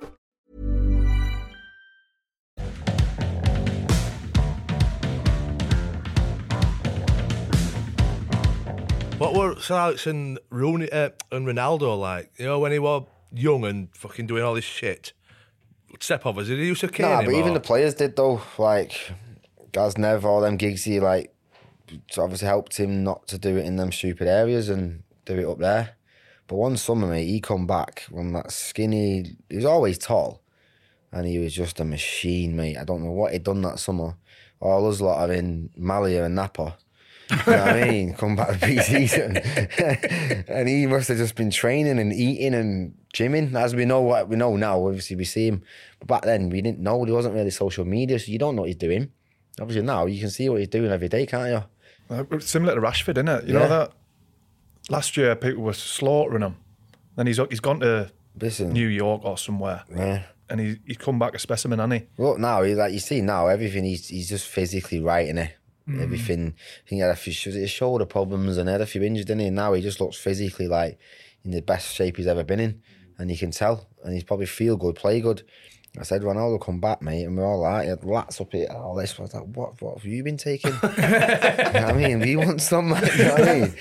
[SPEAKER 7] What were Sir Alex and Rooney uh, and Ronaldo like? You know, when he was young and fucking doing all this shit. Step overs, did he use a cane?
[SPEAKER 5] Nah,
[SPEAKER 7] him
[SPEAKER 5] but even
[SPEAKER 7] or-
[SPEAKER 5] the players did though. Like Gaznev, all them gigs he like so obviously helped him not to do it in them stupid areas and do it up there. But one summer, mate, he come back when that skinny. He was always tall, and he was just a machine, mate. I don't know what he'd done that summer. All us lot are in Malia and Napa. You know what I mean? Come back to pre-season. and he must have just been training and eating and gymming. As we know what we know now, obviously we see him. But back then we didn't know. There wasn't really social media, so you don't know what he's doing. Obviously now you can see what he's doing every day, can't you?
[SPEAKER 4] Uh, it's similar to Rashford, isn't it? You
[SPEAKER 5] Yeah.
[SPEAKER 4] know that last year people were slaughtering him. Then he's he's gone to
[SPEAKER 5] Listen.
[SPEAKER 4] New York or somewhere,
[SPEAKER 5] Yeah.
[SPEAKER 4] and he he's come back a specimen, hasn't he?
[SPEAKER 5] Look now, he, like you see now, everything he's he's just physically right in it. Everything. I think he had a few was it his shoulder problems and he had a few injuries, didn't he? And now he just looks physically like in the best shape he's ever been in, and you can tell. And he's probably feel good, play good. I said, Ronaldo, come back, mate, and we're all like, he had lats up here, and all this. I was like, what, what have you been taking? You know what I mean, we want some. Like, you know what I mean?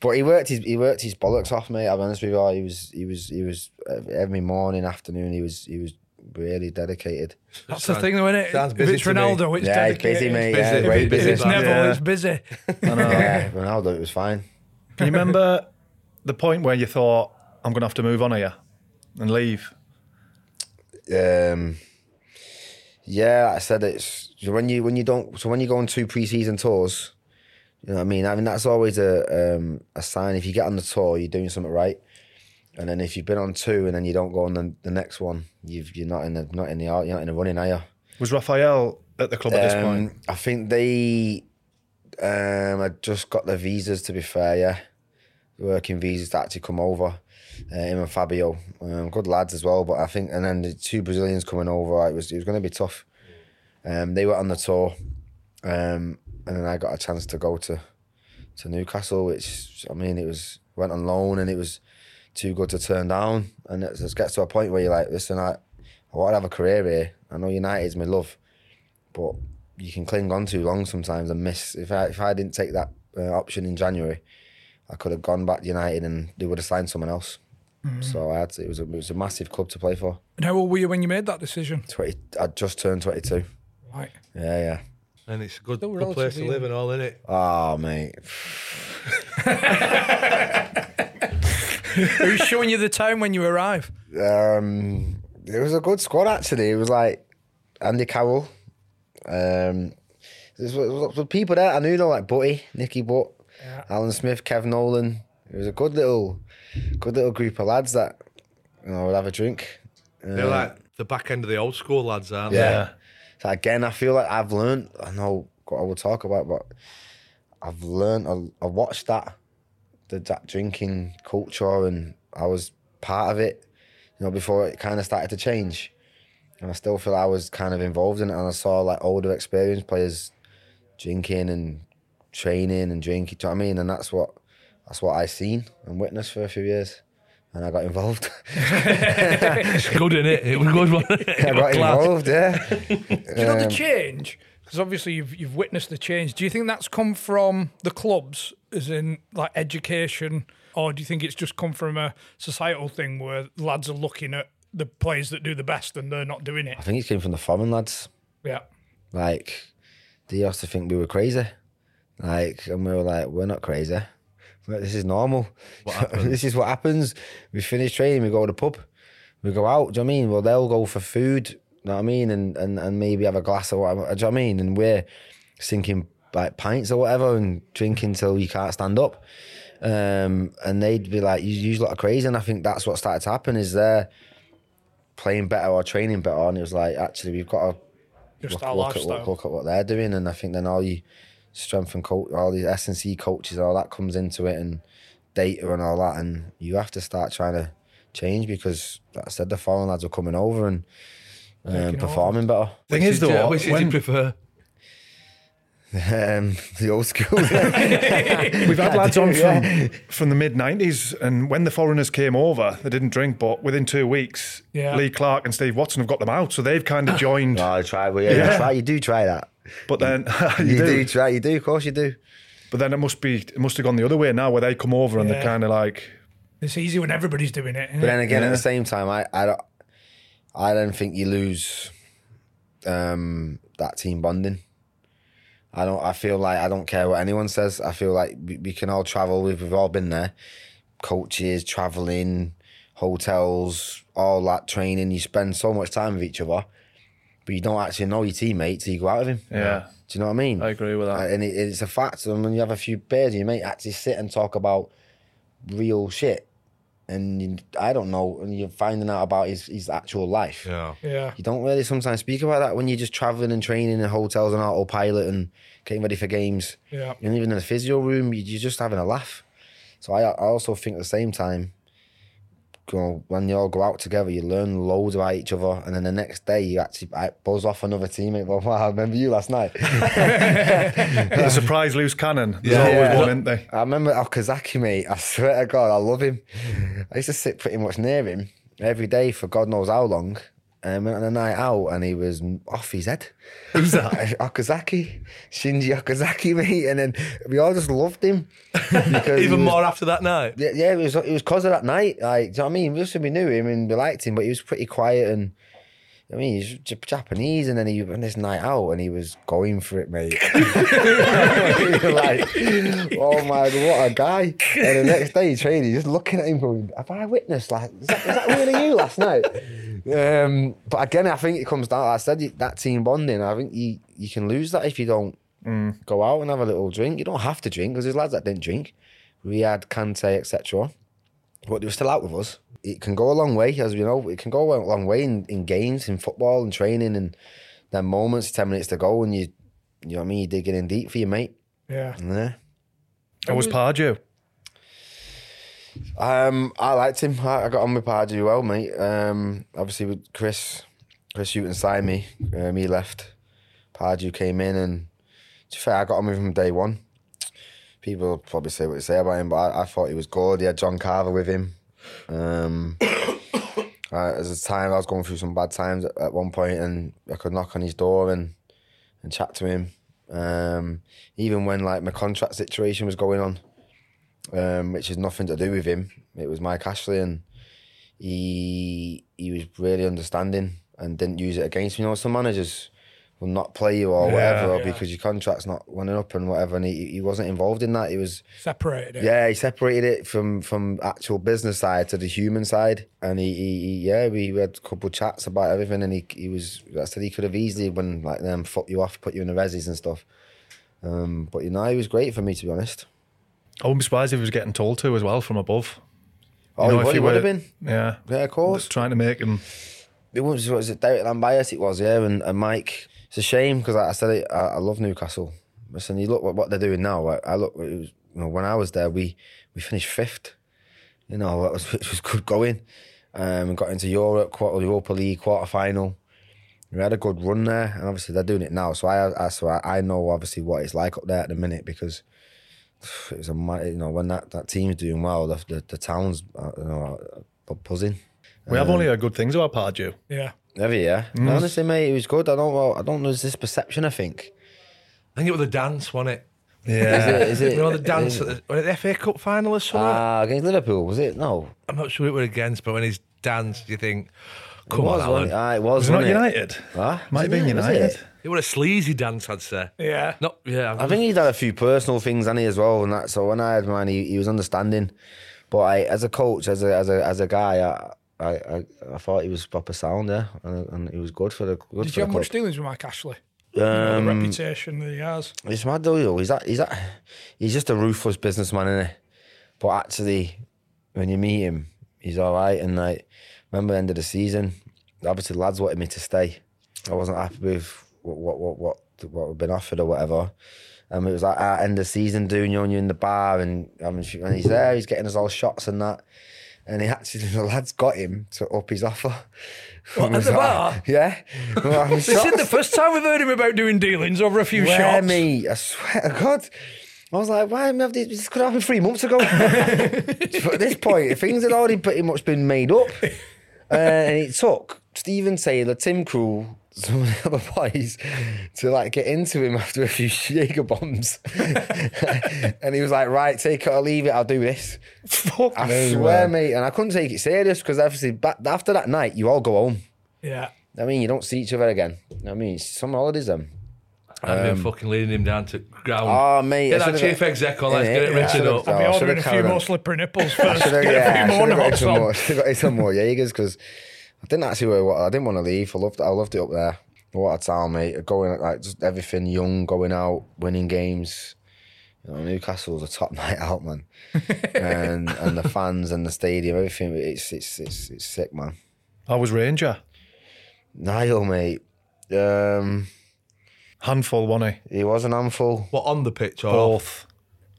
[SPEAKER 5] But he worked his he worked his bollocks off, mate. I'll be honest with you. He was he was he was uh, every morning, afternoon. He was he was really dedicated.
[SPEAKER 6] That's the thing, though, isn't it?
[SPEAKER 7] Sounds
[SPEAKER 6] If
[SPEAKER 7] busy
[SPEAKER 6] it's
[SPEAKER 7] to me.
[SPEAKER 6] Ronaldo, it's
[SPEAKER 5] yeah, he's
[SPEAKER 6] dedicated.
[SPEAKER 5] busy, mate.
[SPEAKER 7] Busy.
[SPEAKER 5] Yeah,
[SPEAKER 7] If
[SPEAKER 5] very
[SPEAKER 7] it-
[SPEAKER 5] busy.
[SPEAKER 6] If it's Neville,
[SPEAKER 4] Yeah.
[SPEAKER 6] it's busy.
[SPEAKER 5] yeah, Ronaldo, it was fine.
[SPEAKER 4] Can you remember the point where you thought I'm going to have to move on here and leave?
[SPEAKER 5] Um, yeah, like I said it's so when you when you don't so when you go on two pre-season tours, you know what I mean. I mean that's always a um, a sign. If you get on the tour, you're doing something right. And then if you've been on two and then you don't go on the, the next one, you've you're not in the not in the you're not in the running, are you?
[SPEAKER 4] Was Raphael at the club at this
[SPEAKER 5] Um,
[SPEAKER 4] point?
[SPEAKER 5] I think they um had just got their visas to be fair, yeah. Working visas to actually come over. Uh, him and Fabio. Um, good lads as well, but I think and then the two Brazilians coming over, it was it was gonna be tough. Um they were on the tour. Um and then I got a chance to go to to Newcastle, which I mean it was went on loan and it was too good to turn down. And it just gets to a point where you're like, listen, I I want to have a career here. I know United's my love but you can cling on too long sometimes and miss. If I if I didn't take that uh, option in January, I could have gone back to United and they would have signed someone else. So I had to, it was a, it was a massive club to play for.
[SPEAKER 6] And how old were you when you made that decision?
[SPEAKER 5] Twenty, I just turned twenty two.
[SPEAKER 6] Right.
[SPEAKER 5] Yeah, yeah. Ah,
[SPEAKER 7] And it's a good,
[SPEAKER 6] They were
[SPEAKER 7] good place to
[SPEAKER 6] relatively
[SPEAKER 7] live and all, innit?
[SPEAKER 5] Oh mate,
[SPEAKER 6] Who's showing you the town when you arrive?
[SPEAKER 5] Um, it was a good squad actually. It was like Andy Carroll. Um, there's lots of people there I knew though, like Butty, Nicky Butt, Alan Smith, Kev Nolan. It was a good little, good little group of lads that you know would have a drink.
[SPEAKER 7] They're like the back end of the old school lads, aren't
[SPEAKER 5] Yeah. So again, I feel like I've learned. I know what I will talk about, but I've learned. I, I watched that, the, that drinking culture, and I was part of it. You know, before it kind of started to change, and I still feel I was kind of involved in it. And I saw like older, experienced players drinking and training and drinking. Do you know what I mean? And that's what that's what I seen and witnessed for a few years, and I got involved.
[SPEAKER 7] it's good, in it? It was good, wasn't it?
[SPEAKER 5] I got involved. Yeah.
[SPEAKER 6] Do you know the
[SPEAKER 5] Um,
[SPEAKER 6] change? Because obviously you've you've witnessed the change. Do you think that's come from the clubs, as in like education, or do you think it's just come from a societal thing where lads are looking at the players that do the best and they're not doing it?
[SPEAKER 5] I think it came from the foreign lads.
[SPEAKER 6] Yeah.
[SPEAKER 5] Like, they used to think we were crazy. Like, and we were like, we're not crazy. Like, this is normal. this is what happens. We finish training, we go to the pub, we go out. Do you know what I mean? Well, they'll go for food. You know what I mean? And and, and maybe have a glass or whatever. Do you know what I mean? And we're sinking like pints or whatever and drinking till you can't stand up. Um, and they'd be like, you, you lot are crazy. And I think that's what started to happen is they're playing better or training better. And it was like, actually, we've got to
[SPEAKER 6] Just
[SPEAKER 5] look,
[SPEAKER 6] our
[SPEAKER 5] look at
[SPEAKER 6] lifestyle.
[SPEAKER 5] what, look at what they're doing, and I think then all you strength and coach, all these S and C coaches, all that comes into it, and data and all that, and you have to start trying to change because, like I said, the foreign lads are coming over and um, performing better.
[SPEAKER 3] Thing is, though,
[SPEAKER 7] which did you
[SPEAKER 3] when-
[SPEAKER 7] prefer?
[SPEAKER 5] Um, the old school.
[SPEAKER 3] We've had lads on from,
[SPEAKER 5] Yeah.
[SPEAKER 3] from the mid 90s, and when the foreigners came over, they didn't drink, but within two weeks,
[SPEAKER 6] Yeah.
[SPEAKER 3] Lee Clark and Steve Watson have got them out. So they've kind of joined.
[SPEAKER 5] no, I try, well, yeah, you
[SPEAKER 3] Yeah.
[SPEAKER 5] try, you do try that.
[SPEAKER 3] but then you,
[SPEAKER 5] You,
[SPEAKER 3] do.
[SPEAKER 5] do. try, you do, of course you do.
[SPEAKER 3] But then it must be it must have gone the other way now, where they come over and they're
[SPEAKER 6] Yeah.
[SPEAKER 3] kind of like,
[SPEAKER 6] It's easy when everybody's doing it.
[SPEAKER 5] But
[SPEAKER 6] Isn't
[SPEAKER 5] then
[SPEAKER 6] it?
[SPEAKER 5] again, at the same time, I I don't, I don't think you lose um, that team bonding. I don't. I feel like I don't care what anyone says. I feel like we, we can all travel. We've, we've all been there. Coaches traveling, hotels, all that training. You spend so much time with each other, but you don't actually know your teammates. till you go out with him.
[SPEAKER 3] Yeah.
[SPEAKER 5] Do you know what I mean?
[SPEAKER 3] I agree with that.
[SPEAKER 5] Uh, and it, it's a fact. And when you have a few beers, and you may actually sit and talk about real shit. And you, I don't know, and you're finding out about his, his actual life.
[SPEAKER 7] Yeah.
[SPEAKER 6] yeah.
[SPEAKER 5] You don't really sometimes speak about that when you're just traveling and training in hotels and autopilot and getting ready for games.
[SPEAKER 6] Yeah.
[SPEAKER 5] And even in the physio room, you- you're just having a laugh. So I, I also think at the same time, you know, when you all go out together, you learn loads about each other, and then the next day you actually I buzz off another teammate. Well, wow, I remember you last night.
[SPEAKER 3] the surprise loose cannon. There's
[SPEAKER 5] Yeah.
[SPEAKER 3] always
[SPEAKER 5] Yeah.
[SPEAKER 3] one, isn't they?
[SPEAKER 5] I remember Okazaki, mate. I swear to God, I love him. I used to sit pretty much near him every day for God knows how long. And went on a night out and he was off his head. Who's that? Okazaki. Shinji Okazaki, mate. And then we all just loved him. because he
[SPEAKER 7] Even
[SPEAKER 5] was-
[SPEAKER 7] more after that night.
[SPEAKER 5] Yeah, yeah, it was it was because of that night. Like, do you know what I mean? Listen, we knew him and we liked him, but he was pretty quiet and I mean, he's J- Japanese, and then he went this night out, and he was going for it, mate. You're like, oh my, God, what a guy! And the next day, training, you're just looking at him, going, "Have I witnessed? Like, is that, is that really you last night?" Um, but again, I think it comes down. Like I said you- that team bonding. I think you you can lose that if you don't go out and have a little drink. You don't have to drink because there's lads that didn't drink. We had Kante, etc but they were still out with us. It can go a long way, as we know. It can go a long way in, in games, in football, and training, and then moments, ten minutes to go, and you, you know what I mean. You're digging in deep for your mate.
[SPEAKER 6] Yeah.
[SPEAKER 7] Mm.
[SPEAKER 5] Yeah.
[SPEAKER 3] I was Pardew.
[SPEAKER 5] Um, I liked him. I, I got on with Pardew well, mate. Um, obviously with Chris, Chris Hewton signed me. Um, he left. Pardew came in, and to be fair, I got on with him from day one. People will probably say what they say about him, but I, I thought he was good. He had John Carver with him. Um, uh, as a time I was going through some bad times at, at one point, and I could knock on his door and and chat to him. Um, even when like my contract situation was going on, um, which has nothing to do with him. It was Mike Ashley, and he he was really understanding and didn't use it against me. You know, some managers will not play you or
[SPEAKER 6] Yeah,
[SPEAKER 5] whatever, or
[SPEAKER 6] yeah.
[SPEAKER 5] because your contract's not running up and whatever. And he, he wasn't involved in that. He was
[SPEAKER 6] Separated it.
[SPEAKER 5] yeah, he separated it from from actual business side to the human side, and he, he, he yeah, we had a couple chats about everything, and he he was like I said he could have easily been like them fuck you off, put you in the resis and stuff. Um, but you know, he was great for me to be honest.
[SPEAKER 4] I wouldn't be surprised if he was getting told to as well from above.
[SPEAKER 5] Oh, he would- he would have been.
[SPEAKER 4] Yeah.
[SPEAKER 5] Yeah, of course.
[SPEAKER 4] Trying to make him.
[SPEAKER 5] It was was it Derek Lambias? It was yeah, and, and Mike. It's a shame because like I said it, I, I love Newcastle. Listen, you look what, what they're doing now. I, I look, it was, you know, when I was there, we we finished fifth. You know, it was, it was good going. Um, and got into Europe, quarter Europa League quarter final. We had a good run there, and obviously they're doing it now. So I, I so I, I know obviously what it's like up there at the minute because it was a mi- you know when that, that team's doing well, the the, the town's uh, you know are buzzing.
[SPEAKER 4] We have
[SPEAKER 5] Um,
[SPEAKER 4] only heard good things about Pardew.
[SPEAKER 6] Yeah.
[SPEAKER 5] Every year.
[SPEAKER 4] Mm.
[SPEAKER 5] Honestly, mate, it was good. I don't know. I don't know. Is this perception, I think?
[SPEAKER 7] I think it was the dance, wasn't it?
[SPEAKER 5] Yeah. Is it- is it-
[SPEAKER 7] you know, the dance
[SPEAKER 5] is
[SPEAKER 7] at the, was it the FA Cup final or something?
[SPEAKER 5] Ah, against Liverpool, was it? No.
[SPEAKER 7] I'm not sure it were against, but when he's danced, you think, come
[SPEAKER 5] was,
[SPEAKER 7] on, Alan.
[SPEAKER 5] wasn't it? Ah, it was, Was it not wasn't it? United? Huh? Might Was it have been United, was United. it?
[SPEAKER 7] It was a sleazy dance, I'd say.
[SPEAKER 6] Yeah.
[SPEAKER 7] Not, yeah.
[SPEAKER 5] I think he'd had a few personal things, had he, as well, and that. So when I had mine, he, he was understanding. But I, as a coach, as a as a as a guy, I I, I, I thought he was proper sound, yeah, and, and he was good for the good
[SPEAKER 6] Did
[SPEAKER 5] for
[SPEAKER 6] you
[SPEAKER 5] the
[SPEAKER 6] have much
[SPEAKER 5] club.
[SPEAKER 6] dealings with Mike Ashley? You know, the
[SPEAKER 5] Um,
[SPEAKER 6] reputation that he has.
[SPEAKER 5] It's mad though, yo. He's that he's that he's just a ruthless businessman, isn't he? But actually, when you meet him, he's all right. And like, remember the end of the season, obviously lads wanted me to stay. I wasn't happy with what what what what what had been offered or whatever. And it was like ah, end of season doing you and you in the bar and having sh- and he's there, he's getting us all shots and that. And he actually, the lads got him to up his offer.
[SPEAKER 6] What,
[SPEAKER 5] And
[SPEAKER 6] at
[SPEAKER 5] was
[SPEAKER 6] the
[SPEAKER 5] like,
[SPEAKER 6] bar?
[SPEAKER 5] Yeah. We're having
[SPEAKER 6] this isn't the
[SPEAKER 5] shots.
[SPEAKER 6] first time we've heard him about doing dealings over a few
[SPEAKER 5] Where,
[SPEAKER 6] shots.
[SPEAKER 5] mate? I swear to God. I was like, why am I have this? This could have happened three months ago. But at this point, things had already pretty much been made up. Uh, and it took Stephen Taylor, Tim Krul, some of the other boys to like get into him after a few Jaeger bombs. and he was like, right, take it or leave it, I'll do this. Fuck I
[SPEAKER 6] me,
[SPEAKER 5] swear,
[SPEAKER 6] man.
[SPEAKER 5] mate. And I couldn't take it serious because obviously, back, after that night, you all go home.
[SPEAKER 6] Yeah.
[SPEAKER 5] I mean, you don't see each other again. I mean, it's summer holidays then.
[SPEAKER 7] I've been
[SPEAKER 5] Um,
[SPEAKER 7] fucking leading him down to ground.
[SPEAKER 5] Oh, mate,
[SPEAKER 7] Get
[SPEAKER 5] I
[SPEAKER 7] that
[SPEAKER 5] should've-
[SPEAKER 7] chief exec on, let's
[SPEAKER 5] Yeah,
[SPEAKER 7] get it
[SPEAKER 5] yeah,
[SPEAKER 7] written
[SPEAKER 5] should've-
[SPEAKER 7] up.
[SPEAKER 5] oh,
[SPEAKER 6] I'll be
[SPEAKER 5] should've
[SPEAKER 6] ordering a few
[SPEAKER 5] carried on.
[SPEAKER 6] more slippery nipples first.
[SPEAKER 5] Should've-
[SPEAKER 6] Get
[SPEAKER 5] yeah,
[SPEAKER 6] a few more
[SPEAKER 5] should've got
[SPEAKER 6] knots
[SPEAKER 5] some
[SPEAKER 6] on.
[SPEAKER 5] more. Should've got some more Jaegers because I didn't actually. wear What, I didn't want to leave. I loved. I loved it up there. What a town, mate! Going like just everything young, going out, winning games. You know, Newcastle's a top night out, man, and and the fans and the stadium, everything. It's it's it's it's sick, man.
[SPEAKER 4] I was Ranger.
[SPEAKER 5] Niall, mate. Um,
[SPEAKER 4] handful, wasn't
[SPEAKER 5] he? He was an handful.
[SPEAKER 7] What on the pitch or
[SPEAKER 4] Both.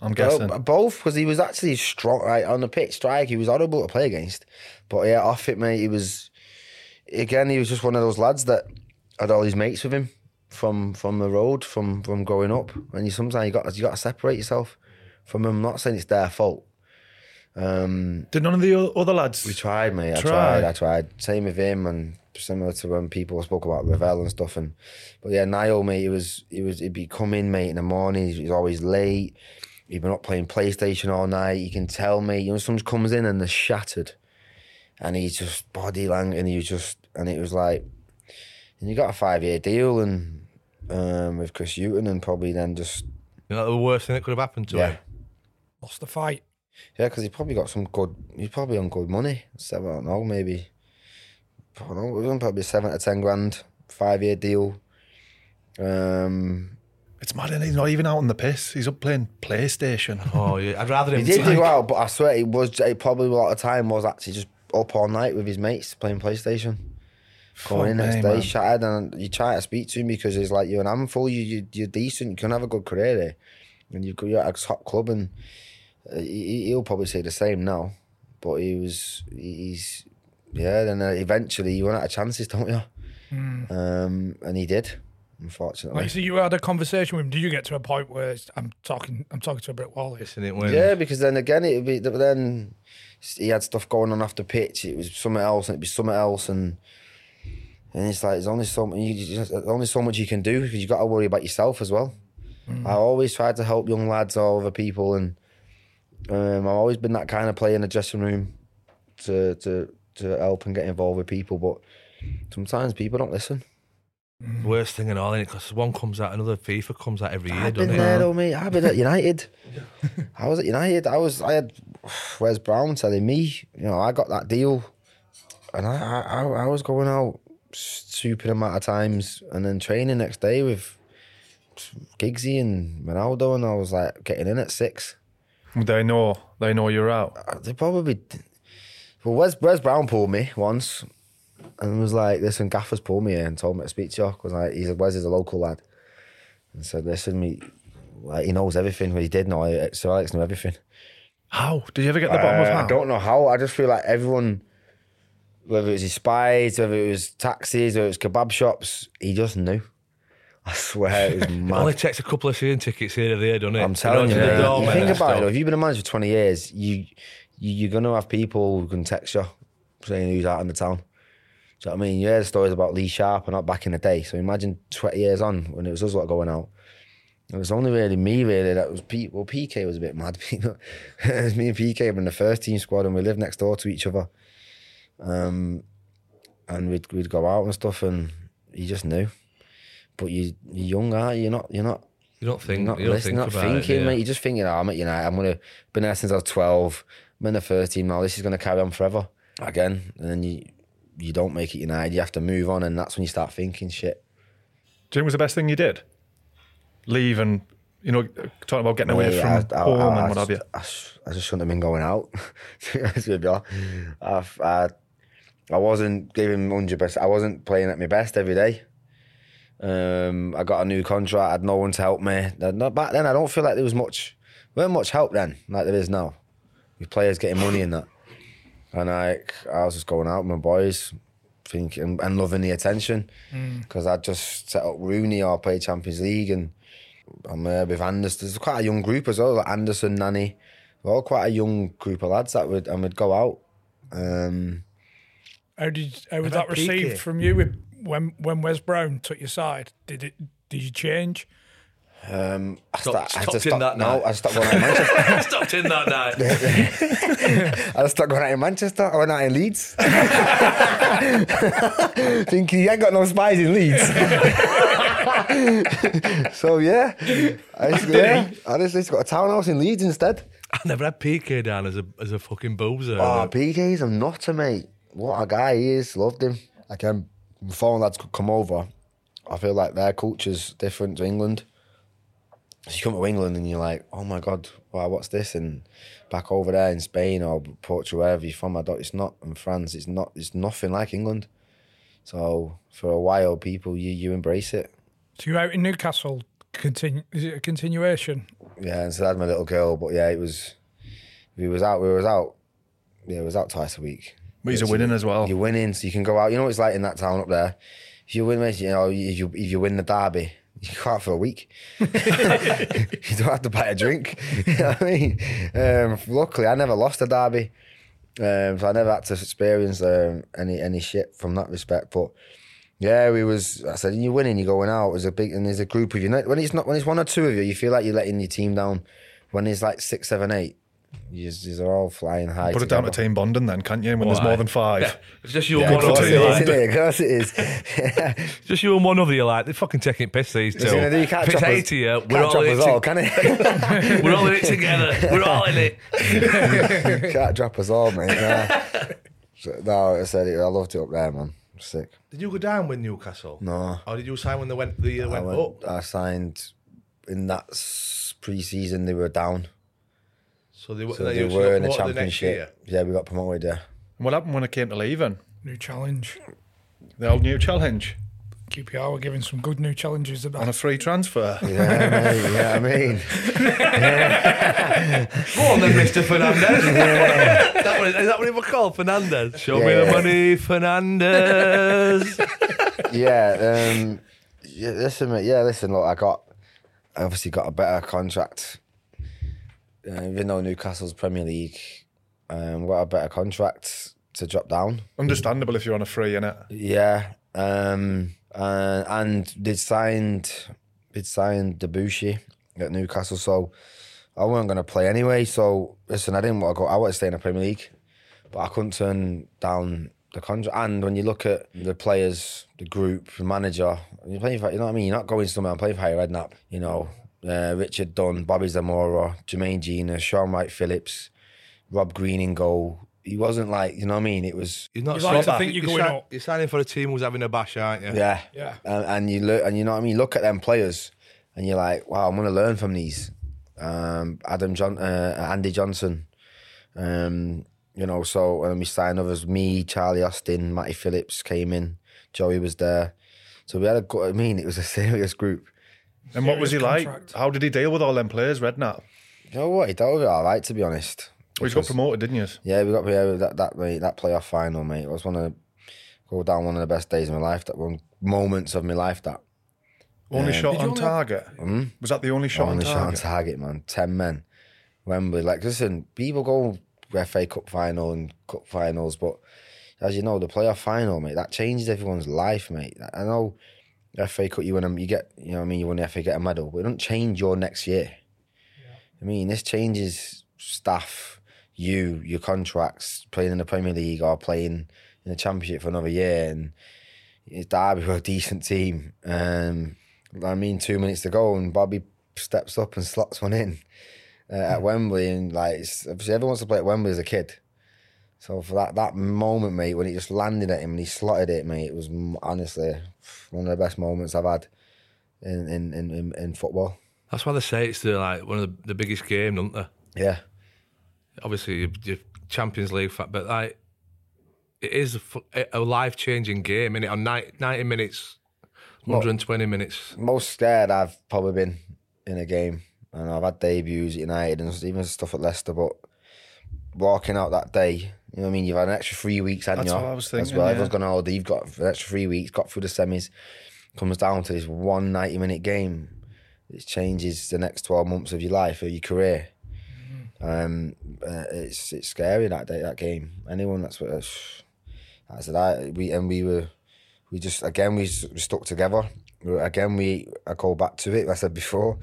[SPEAKER 4] I'm guessing.
[SPEAKER 5] Well, b- both, because he was actually strong. Right on the pitch, strike. He was horrible to play against, but yeah, off it, mate. He was again. He was just one of those lads that had all his mates with him from from the road, from from growing up. And you sometimes you got you got to separate yourself from them. I'm not saying it's their fault. Um,
[SPEAKER 4] Did none of the o- other lads?
[SPEAKER 5] We tried, mate. I
[SPEAKER 4] try?
[SPEAKER 5] tried. I tried. Same with him, and similar to when people spoke about Ravel and stuff. And but yeah, Niall, mate, he was he was he'd be coming, mate, in the morning. He was always late. He'd been up playing PlayStation all night. You can tell, mate. You know, someone comes in and they're shattered, and he's just body language, and he was just, and it was like, and you got a five year deal, and um, with Chris Hutton, and probably then just
[SPEAKER 7] You know, the worst thing that could have happened to
[SPEAKER 5] Yeah.
[SPEAKER 7] him.
[SPEAKER 6] Lost the fight.
[SPEAKER 5] Yeah, because he probably got some good. He's probably on good money. So I don't know, maybe. I don't know. It was probably seven to ten grand, five year deal. Um,
[SPEAKER 4] it's mad, and he's not even out on the piss. He's up playing PlayStation.
[SPEAKER 7] Oh yeah, I'd rather
[SPEAKER 5] he did do well, but I swear it was. It probably a lot of time was actually just up all night with his mates playing PlayStation. Coming in
[SPEAKER 4] Fuck
[SPEAKER 5] next
[SPEAKER 4] me,
[SPEAKER 5] day
[SPEAKER 4] man.
[SPEAKER 5] shattered, and you try to speak to him because he's like, "You're an handful. You, you you're decent. You can have a good career there, and you've got you're at a top club." And uh, he, he'll probably say the same now, but he was he- he's yeah. Then uh, eventually you run out of chances, don't you?
[SPEAKER 4] Hmm.
[SPEAKER 6] Mm.
[SPEAKER 5] Um, and he did, unfortunately.
[SPEAKER 6] Like, so you had a conversation with him. Did you get to a point where it's- I'm talking? I'm talking to a brick wall here.
[SPEAKER 7] Isn't it
[SPEAKER 5] Yeah, because then again, it'd be but then he had stuff going on off the pitch. It was something else, and it'd be something else, and and it's like there's only so mu- you just, there's only so much you can do because you got to worry about yourself as well. I always tried to help young lads or other people, and um, I've always been that kind of player in the dressing room to to to help and get involved with people, but sometimes people don't listen.
[SPEAKER 7] Worst thing in all, innit? 'Cause Because one comes out, another FIFA comes out every year,
[SPEAKER 5] I've
[SPEAKER 7] doesn't
[SPEAKER 5] been
[SPEAKER 7] it?
[SPEAKER 5] there though, mate. I've been at United. I was at United. I was. I had. Where's Brown telling me? You know, I got that deal, and I I, I was going out stupid amount of times, and then training next day with Giggsy and Ronaldo, and I was like getting in at six.
[SPEAKER 4] They know. They know you're out.
[SPEAKER 5] They probably. Well, Wes, Wes Brown pulled me once, and was like, "Listen, Gaffer's pulled me here and told me to speak to you." Was like, "He's Wes is a local lad," and said, "Listen, me, like he knows everything. Well, he did know. it, Sir Alex knew everything."
[SPEAKER 4] How did you ever get to the bottom of
[SPEAKER 5] Uh,
[SPEAKER 4] how?
[SPEAKER 5] I don't know how. I just feel like everyone, whether it was his spies, whether it was taxis, whether it was kebab shops, he just knew. I swear it was
[SPEAKER 7] It only
[SPEAKER 5] mad.
[SPEAKER 7] takes a couple of season tickets here or there, doesn't it?
[SPEAKER 5] I'm telling you,
[SPEAKER 7] know, to the
[SPEAKER 5] mate.
[SPEAKER 7] doorman
[SPEAKER 5] you think
[SPEAKER 7] and
[SPEAKER 5] about it.
[SPEAKER 7] stuff.
[SPEAKER 5] though, If you've been a manager for 20 years, you, you you're gonna have people who can text you saying who's out in the town. Do you know what I mean? You hear the stories about Lee Sharp and that back in the day. So imagine 20 years on when it was us lot going out. It was only really me, really, that was P. Well, PK was a bit mad. it was me and PK were in the first team squad and we lived next door to each other. Um, and we'd we'd go out and stuff, and you just knew. But you you're young, are you? are not you're not.
[SPEAKER 7] You don't think-
[SPEAKER 5] you're not
[SPEAKER 7] you don't
[SPEAKER 5] listening,
[SPEAKER 7] think
[SPEAKER 5] not
[SPEAKER 7] about it,
[SPEAKER 5] thinking,
[SPEAKER 7] yeah.
[SPEAKER 5] mate. You're just thinking, oh, I'm at United. I'm gonna been there since I was twelve. I'm in the first team now. This is gonna carry on forever again. And then you you don't make it United. You have to move on, and that's when you start thinking shit.
[SPEAKER 4] Do you think it was the best thing you did? Leave and you know talking about getting away
[SPEAKER 5] Mate,
[SPEAKER 4] from home and what
[SPEAKER 5] just-
[SPEAKER 4] have you.
[SPEAKER 5] I, sh- I just shouldn't have been going out. to be honest with you. I, I, I wasn't giving 100%. I wasn't playing at my best every day. Um, I got a new contract. I had no one to help me. Uh, Not back then. I don't feel like there was much, weren't much help then, like there is now. With players getting money and that. And I, I was just going out with my boys, thinking and loving the attention
[SPEAKER 1] Mm.
[SPEAKER 5] because I just set up Rooney or play Champions League and I'm there with Anderson. There's quite a young group as well, like Anderson, Nanny. We're all quite a young group of lads that would and would go out. Um,
[SPEAKER 6] How did how was
[SPEAKER 5] About
[SPEAKER 6] that received
[SPEAKER 5] PK?
[SPEAKER 6] from you with- when when Wes Brown took your side? Did it? Did you change?
[SPEAKER 5] um, I,
[SPEAKER 6] Stop-
[SPEAKER 5] sta- I had
[SPEAKER 6] stopped
[SPEAKER 5] to
[SPEAKER 6] in
[SPEAKER 5] stop
[SPEAKER 6] that
[SPEAKER 5] no,
[SPEAKER 6] night.
[SPEAKER 5] I stopped going out in Manchester.
[SPEAKER 7] Stopped in that night.
[SPEAKER 5] I stopped going out in Manchester. I went out in Leeds. Thinking you ain't got no spies in Leeds. so yeah, I just, yeah, I just, just got a townhouse in Leeds instead.
[SPEAKER 7] I never had PK down as a as a fucking boozer.
[SPEAKER 5] Oh, PK's a nutter, mate. What a guy he is. Loved him. Again, foreign lads could come over. I feel like their culture's different to England. So you come to England and you're like, oh my God, wow, what's this? And back over there in Spain or Portugal, wherever you're from, I don't, it's not, in France, it's not, it's nothing like England. So for a while, people, you, you embrace it.
[SPEAKER 6] So you out in Newcastle? Continue? Is it a continuation?
[SPEAKER 5] Yeah, and so I had my little girl, but yeah, it was, we was out, we was out, yeah, we was out twice a week.
[SPEAKER 4] But he's a
[SPEAKER 5] Yeah, so
[SPEAKER 4] winning
[SPEAKER 5] you-
[SPEAKER 4] as well.
[SPEAKER 5] You're winning, so you can go out. You know what it's like in that town up there. If you win, mate, you know, if you if you win the derby, you go out for a week. you don't have to buy a drink. you know what I mean? Um, luckily, I never lost a derby, um, so I never had to experience um, any any shit from that respect. But yeah, we was. I said, you're winning, you're going out. There's a big and there's a group of you. When it's not when it's one or two of you, you feel like you're letting your team down. When it's like six, seven, eight, you just, are all flying high.
[SPEAKER 4] Put it down to
[SPEAKER 5] together.
[SPEAKER 4] team bonding then, can't you? When there's
[SPEAKER 7] Why?
[SPEAKER 4] more than five.
[SPEAKER 7] Yeah, it's just you
[SPEAKER 5] Yeah,
[SPEAKER 7] and
[SPEAKER 5] of
[SPEAKER 7] one
[SPEAKER 5] course
[SPEAKER 7] other.
[SPEAKER 5] it
[SPEAKER 7] you
[SPEAKER 5] is,
[SPEAKER 7] like.
[SPEAKER 5] isn't it? Of course it is.
[SPEAKER 7] Just you and one other. You like they're fucking taking piss these two.
[SPEAKER 5] It's gonna do- you can't
[SPEAKER 7] if it's
[SPEAKER 5] chop us-
[SPEAKER 7] eighty, yeah,
[SPEAKER 5] can't
[SPEAKER 7] we're all
[SPEAKER 5] chop
[SPEAKER 7] in it.
[SPEAKER 5] us all, can it?
[SPEAKER 7] We're all in it together. We're all in it.
[SPEAKER 5] Can't drop us all, mate. Nah. So, no, I said it. I loved it up there, man. Sick.
[SPEAKER 7] Did you go down with Newcastle?
[SPEAKER 5] No.
[SPEAKER 7] Or did you sign when they went the year
[SPEAKER 5] I,
[SPEAKER 7] went,
[SPEAKER 5] went-
[SPEAKER 7] up?
[SPEAKER 5] I signed in that s- pre-season. They were down,
[SPEAKER 7] So they, were
[SPEAKER 5] so
[SPEAKER 7] they,
[SPEAKER 5] they
[SPEAKER 7] was
[SPEAKER 5] were in the
[SPEAKER 7] promoted the next year.
[SPEAKER 5] championship. yeah, we got promoted. Yeah,
[SPEAKER 4] And What happened when I came to leaving?
[SPEAKER 6] New challenge.
[SPEAKER 4] The old new challenge
[SPEAKER 6] QPR were giving some good new challenges about.
[SPEAKER 4] on a free transfer.
[SPEAKER 5] yeah, mate, you know what I mean.
[SPEAKER 7] Go on then, Mr. Fernandez. Is that what it- is that what it was called? Fernandez. Show me
[SPEAKER 5] Yeah.
[SPEAKER 7] the money, Fernandez.
[SPEAKER 5] yeah, um, yeah, listen, mate. Yeah, listen. Look, I got, I obviously got a better contract. Uh, even though Newcastle's Premier League, um, got a better contract to drop down.
[SPEAKER 4] Understandable if you're on a free, innit?
[SPEAKER 5] Yeah, um, uh, and they signed, they signed Debussy at Newcastle. So I weren't going to play anyway. So listen, I didn't want to go. I wanted to stay in the Premier League, but I couldn't turn down the contract. And when you look at the players, the group, the manager, you're playing for, you know what I mean? You're not going somewhere and playing for Harry Redknapp, you know. Uh, Richard Dunn, Bobby Zamora, Jermaine Gina, Sean Wright Phillips, Rob Green in goal. He wasn't like, you know what I mean? It was.
[SPEAKER 7] You're not
[SPEAKER 6] like to
[SPEAKER 7] stop-
[SPEAKER 6] think you're going
[SPEAKER 7] sign-
[SPEAKER 6] up.
[SPEAKER 7] You're signing for a team who's having a bash, aren't you?
[SPEAKER 5] Yeah.
[SPEAKER 6] Yeah.
[SPEAKER 5] And, and you look, and you know what I mean. You look at them players, and you're like, wow, I'm going to learn from these. Um, Adam John, uh, Andy Johnson, um, you know. So and we signed others. Me, Charlie Austin, Matty Phillips came in. Joey was there. So we had a go. I mean, it was a serious group.
[SPEAKER 4] And what was he
[SPEAKER 6] Serious
[SPEAKER 4] like?
[SPEAKER 6] contract.
[SPEAKER 4] How did he deal with all them players, Redknapp?
[SPEAKER 5] You know what? He dealt with it all right, to be honest.
[SPEAKER 4] Well,
[SPEAKER 5] Which
[SPEAKER 4] he's got
[SPEAKER 5] was-
[SPEAKER 4] promoted, didn't you?
[SPEAKER 5] Yeah, we got yeah, that that mate, that playoff final, mate. It was one of go down one of the best days of my life. That one moments of my life. That
[SPEAKER 4] Only shot
[SPEAKER 6] Did you
[SPEAKER 4] on
[SPEAKER 6] only-
[SPEAKER 4] target. Was that the only shot on
[SPEAKER 5] Hmm? only shot on
[SPEAKER 4] target?
[SPEAKER 5] target, man. Ten men. Wembley. Like, listen, people go FA Cup final and cup finals, but as you know, the playoff final, mate, that changes everyone's life, mate. I know FA Cup, you win them, you get, you know, what I mean, you win the FA, get a medal, but it doesn't change your next year. I mean, this changes staff, you, your contracts, playing in the Premier League or playing in the Championship for another year, and it's Derby were a decent team. Um, I mean, two minutes to go, and Bobby steps up and slots one in uh, at Wembley, and like it's, obviously everyone wants to play at Wembley as a kid. So for that that moment, mate, when it just landed at him and he slotted it, mate, it was m- honestly one of the best moments I've had in in in, in, in football.
[SPEAKER 7] That's why they say it's the, like one of the, the biggest game, don't they?
[SPEAKER 5] Yeah,
[SPEAKER 7] Obviously, you your Champions League, fa- but like it is a fu- a life changing game, innit? On 90, 90 minutes, 120 minutes.
[SPEAKER 5] most scared I've probably been in a game, and I've had debuts at United and even stuff at Leicester, but walking out that day, you know what I mean? You've had an extra three weeks, hadn't
[SPEAKER 4] That's
[SPEAKER 5] you?
[SPEAKER 4] what I was
[SPEAKER 5] That's
[SPEAKER 4] thinking,
[SPEAKER 5] what
[SPEAKER 4] yeah.
[SPEAKER 5] everyone's gone holiday. You've got an extra three weeks, got through the semis, comes down to this one 90 minute game. It changes the next 12 months of your life or your career. Um, uh, it's it's scary that day, that game. Anyone that's what I said. I we and we were we just again we s- we stuck together. We were- Again, we I go back to it. like I said before,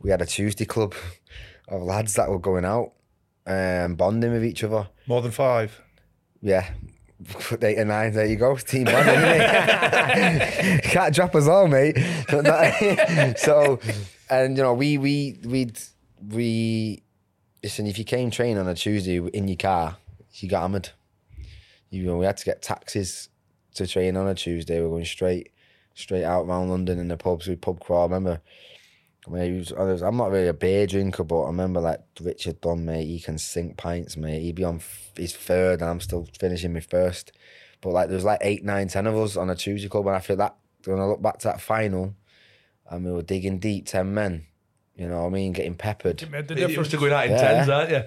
[SPEAKER 5] we had a Tuesday club of lads that were going out and bonding with each other.
[SPEAKER 4] More than five.
[SPEAKER 5] Yeah. Eight and nine, there you go. Team bond, isn't it? Can't drop us all, mate. So, that- so, and you know, we we we'd we listen, if you came training on a Tuesday in your car, you got hammered. You know, we had to get taxis to train on a Tuesday. We are going straight straight out round London in the pubs, we pub crawl. I remember I mean, he was, I was, I'm not really a beer drinker, but I remember like Richard Dunn, mate. He can sink pints, mate. He'd be on f- his third, and I'm still finishing my first. But like, there was like eight, nine, ten of us on a Tuesday club, and I feel that when I look back to that final, and we were digging deep, ten men. You know what I mean? Getting peppered.
[SPEAKER 6] Made the
[SPEAKER 7] You're
[SPEAKER 6] difference.
[SPEAKER 7] used to going out in
[SPEAKER 5] Yeah.
[SPEAKER 7] tens, aren't you?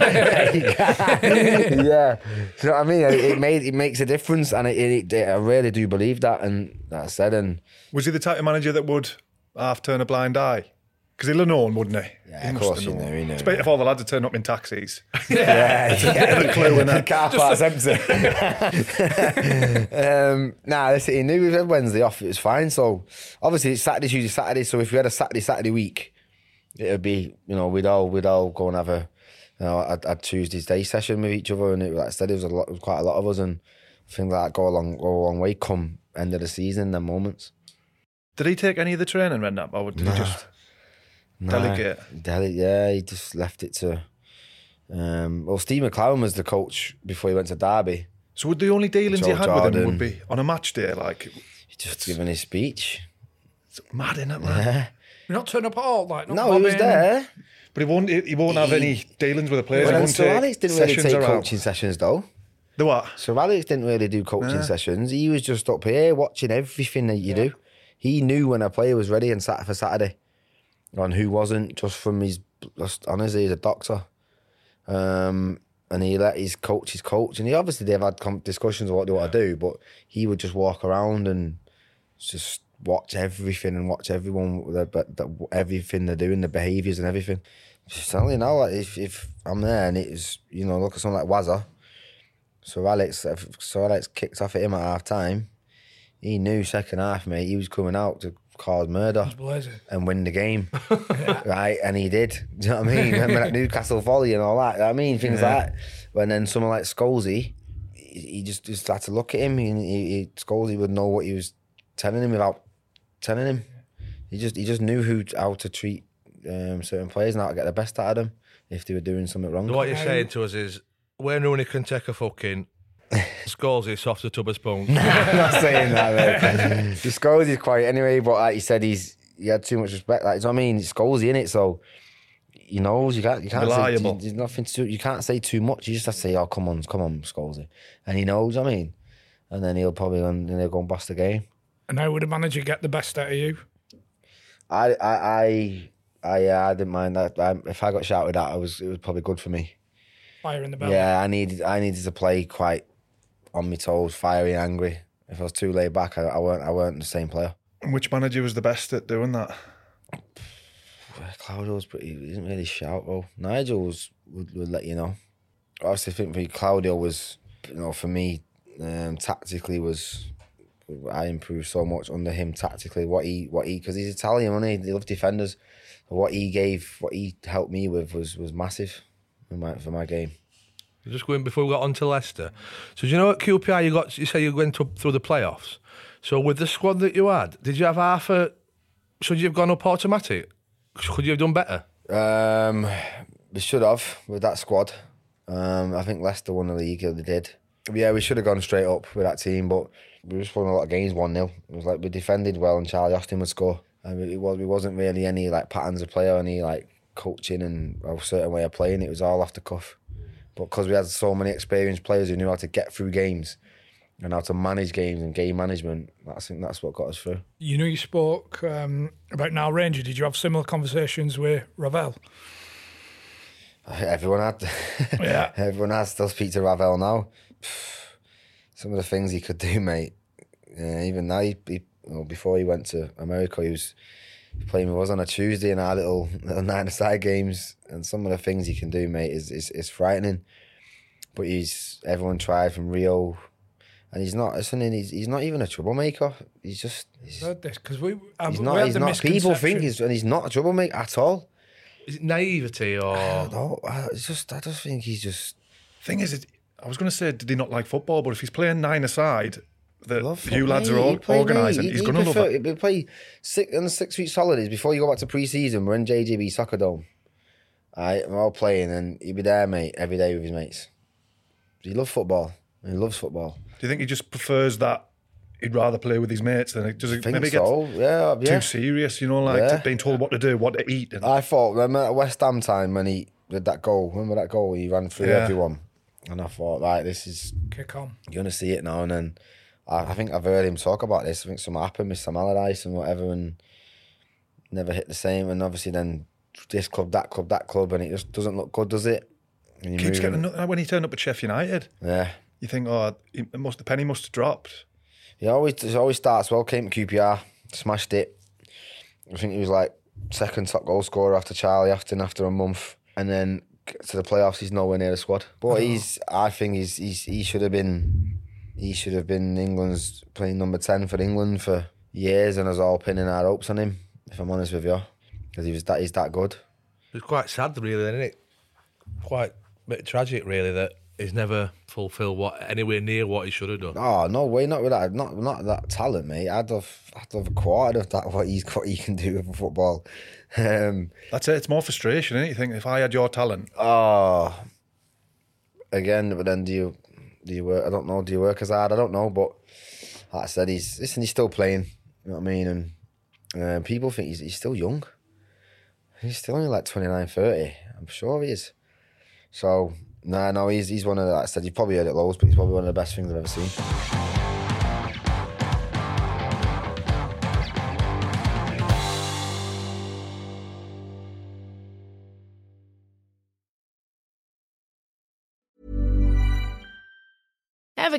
[SPEAKER 5] yeah, do you know what I mean? It, it made it makes a difference, and it, it, it- I really do believe that. And that I said, and
[SPEAKER 4] Was he the type of manager that would half turn a blind eye? Because he'll have known, wouldn't he?
[SPEAKER 5] Yeah,
[SPEAKER 4] he
[SPEAKER 5] of
[SPEAKER 4] must
[SPEAKER 5] course
[SPEAKER 4] have
[SPEAKER 5] he
[SPEAKER 4] known.
[SPEAKER 5] knew, he knew.
[SPEAKER 4] Especially if all the lads had turned up in taxis.
[SPEAKER 5] yeah, yeah.
[SPEAKER 4] The clue in
[SPEAKER 5] the
[SPEAKER 4] that.
[SPEAKER 5] car park's empty. um, nah, listen, he knew we had Wednesday off. It was fine. So obviously it's Saturday, Tuesday, Saturday. So if we had a Saturday, Saturday week, it would be you know we'd all we'd all go and have a you know a, a Tuesday's day session with each other, and it like I said, it was a lot, it was quite a lot of us, and things like that go a long go a long way. Come end of the season, them moments.
[SPEAKER 4] Did he take any of the training, Redknapp, or did he just delegate?
[SPEAKER 5] Dele- yeah, he just left it to. Um, well, Steve McLaren was the coach before he went to Derby.
[SPEAKER 4] So would the only dealings
[SPEAKER 5] Joe
[SPEAKER 4] you had with him
[SPEAKER 5] Jordan.
[SPEAKER 4] would be on a match day? Like,
[SPEAKER 5] He just given his speech.
[SPEAKER 4] it's mad, isn't it, man?
[SPEAKER 6] You're not turn up at all. Like, not
[SPEAKER 5] No, he was
[SPEAKER 6] lobbying.
[SPEAKER 5] there.
[SPEAKER 4] But he won't. He won't have any dealings with the players. he
[SPEAKER 5] Well, then
[SPEAKER 4] won't
[SPEAKER 5] Sir
[SPEAKER 4] take
[SPEAKER 5] Alex didn't really
[SPEAKER 4] sessions
[SPEAKER 5] take
[SPEAKER 4] around.
[SPEAKER 5] coaching sessions, though.
[SPEAKER 4] The what?
[SPEAKER 5] Sir Alex didn't really do coaching sessions. He was just up here watching everything that you do. He knew when a player was ready and sat for Saturday, and who wasn't. Just from his, just honestly, he's a doctor. Um, and he let his coaches coach, and he obviously they've had com- discussions of what they want to do, but he would just walk around and just watch everything and watch everyone, the, but the, everything they're doing, the behaviours and everything. Just telling you now, like if, if I'm there and it's you know look at someone like Wazza, so Alex, if- so Alex kicked off at him at half time. He knew second half, mate. He was coming out to cause murder
[SPEAKER 6] Blazing.
[SPEAKER 5] and win the game, right? And he did. Do you know what I mean? Remember that Newcastle volley and all that. I mean things like that. And then someone like Scholesy, he just just had to look at him. He, he, he Scholesy would know what he was telling him without telling him. He just he just knew who how to treat um, certain players and how to get the best out of them if they were doing something wrong.
[SPEAKER 2] What you're saying to us is Wayne Rooney can take a fucking Scorsese soft to tub of spoon.
[SPEAKER 5] I'm not saying that, mate. The Scholes is quiet anyway, but like you said, he's he had too much respect. Like, so I mean, Scholes in it, so he knows you can't you can't
[SPEAKER 10] Reliable.
[SPEAKER 5] say there's nothing to you can't say too much. You just have to say, oh come on, come on, Scholes, and he knows. I mean, and then he'll probably go and, he'll go and bust the game.
[SPEAKER 1] And how would a manager get the best out of you?
[SPEAKER 5] I I I I, yeah, I didn't mind that. I, if I got shouted at, I was it was probably good for me.
[SPEAKER 1] Fire in the belly.
[SPEAKER 5] Yeah, I needed I needed to play quite on my toes, fiery, angry. If I was too laid back, I, I weren't I weren't the same player.
[SPEAKER 4] And which manager was the best at doing that?
[SPEAKER 5] Claudio was pretty. He didn't really shout though. Nigel was would, would let you know. Obviously, I think for Claudio was you know for me um, tactically was I improved so much under him tactically. What he what he because he's Italian, and he? They love defenders. What he gave, what he helped me with was was massive in my, for my game.
[SPEAKER 2] Just going before we got on to Leicester. So do you know at QPR you got you say you're going to, through the playoffs. So with the squad that you had, did you have half a? Should you have gone up automatic? Could you have done better?
[SPEAKER 5] Um, we should have with that squad. Um, I think Leicester won the league. or They did. Yeah, we should have gone straight up with that team, but we just won a lot of games one 0 It was like we defended well, and Charlie Austin would score. And it was we wasn't really any like patterns of play or any like coaching and a certain way of playing. It was all off the cuff. But because we had so many experienced players who knew how to get through games and how to manage games and game management, I think that's what got us through.
[SPEAKER 1] You know, you spoke um, about Niall Ranger. Did you have similar conversations with Ravel?
[SPEAKER 5] Everyone had.
[SPEAKER 1] Yeah.
[SPEAKER 5] Everyone has. Still speak to Ravel now. Some of the things he could do, mate. Yeah, even now, he, he, well, before he went to America, he was playing with us on a Tuesday in our little, little nine-a-side games, and some of the things he can do, mate, is is, is frightening. But he's everyone tried from Rio, and he's not. Listen, he's he's not even a troublemaker. He's just he's,
[SPEAKER 1] Heard this because we, um,
[SPEAKER 5] he's
[SPEAKER 1] we
[SPEAKER 5] not.
[SPEAKER 1] had
[SPEAKER 5] He's
[SPEAKER 1] the
[SPEAKER 5] not. People think
[SPEAKER 1] misconception-
[SPEAKER 5] he's and he's not a troublemaker at all.
[SPEAKER 2] Is it naivety or
[SPEAKER 5] No, I it's just I just think he's just
[SPEAKER 4] Thing is, it, I was going to say, did he not like football? But if he's playing nine aside, that
[SPEAKER 5] Love
[SPEAKER 4] you
[SPEAKER 5] it,
[SPEAKER 4] lads
[SPEAKER 5] mate.
[SPEAKER 4] are
[SPEAKER 5] You
[SPEAKER 4] all
[SPEAKER 5] play, mate.
[SPEAKER 4] organising,
[SPEAKER 5] You-
[SPEAKER 4] he's
[SPEAKER 5] you
[SPEAKER 4] going to love
[SPEAKER 5] prefer-
[SPEAKER 4] it.
[SPEAKER 5] We play six on six weeks holidays before you go back to pre-season. We're in JGB Soccer Dome. Right, we're all playing, and he'd be there, mate, every day with his mates. He loves football. He loves football.
[SPEAKER 4] Do you think he just prefers that? He'd rather play with his mates than it does. It
[SPEAKER 5] Think
[SPEAKER 4] maybe get
[SPEAKER 5] so? Yeah,
[SPEAKER 4] too
[SPEAKER 5] yeah.
[SPEAKER 4] serious, you know, like
[SPEAKER 5] Yeah.
[SPEAKER 4] being told what to do, what to eat, and
[SPEAKER 5] I thought, remember at West Ham time when he did that goal? Remember that goal? He ran through
[SPEAKER 4] Yeah.
[SPEAKER 5] everyone. And I thought, right, this is
[SPEAKER 1] Kick on.
[SPEAKER 5] you're gonna see it now and then. I, I think I've heard him talk about this. I think something happened with Sam Allardyce and whatever, and never hit the same. And obviously, then this club, that club, that club, and it just doesn't look good, does it? And you're
[SPEAKER 4] keeps
[SPEAKER 5] moving-
[SPEAKER 4] getting nothing. When he turned up at Sheffield United,
[SPEAKER 5] yeah.
[SPEAKER 4] you think, oh, it must, the penny must have dropped.
[SPEAKER 5] He always he always starts well. Came to QPR, smashed it. I think he was like second top goal scorer after Charlie Afton after a month, and then to the playoffs he's nowhere near the squad. But he's I think he's, he's he should have been he should have been England's playing number ten for England for years, and us all pinning our hopes on him. If I'm honest with you, because he was that he's that good.
[SPEAKER 2] It's quite sad, really, isn't it? Quite a bit tragic, really, that he's never fulfilled what anywhere near what he should have done.
[SPEAKER 5] Oh no way, not with that, not not that talent, mate. I'd have I'd have a quarter of that what he's what he can do with football. Um,
[SPEAKER 4] That's it. It's more frustration, isn't it? You think if I had your talent,
[SPEAKER 5] Oh, again, but then do you do you work? I don't know. Do you work as hard? I don't know. But like I said, he's listen. He's still playing. You know what I mean? And uh, people think he's, he's still young. He's still only like 29, 30. I'm sure he is. So nah, no, he's he's one of the, like I said. You've probably heard it loads, but he's probably one of the best things I've ever seen.
[SPEAKER 11] Ever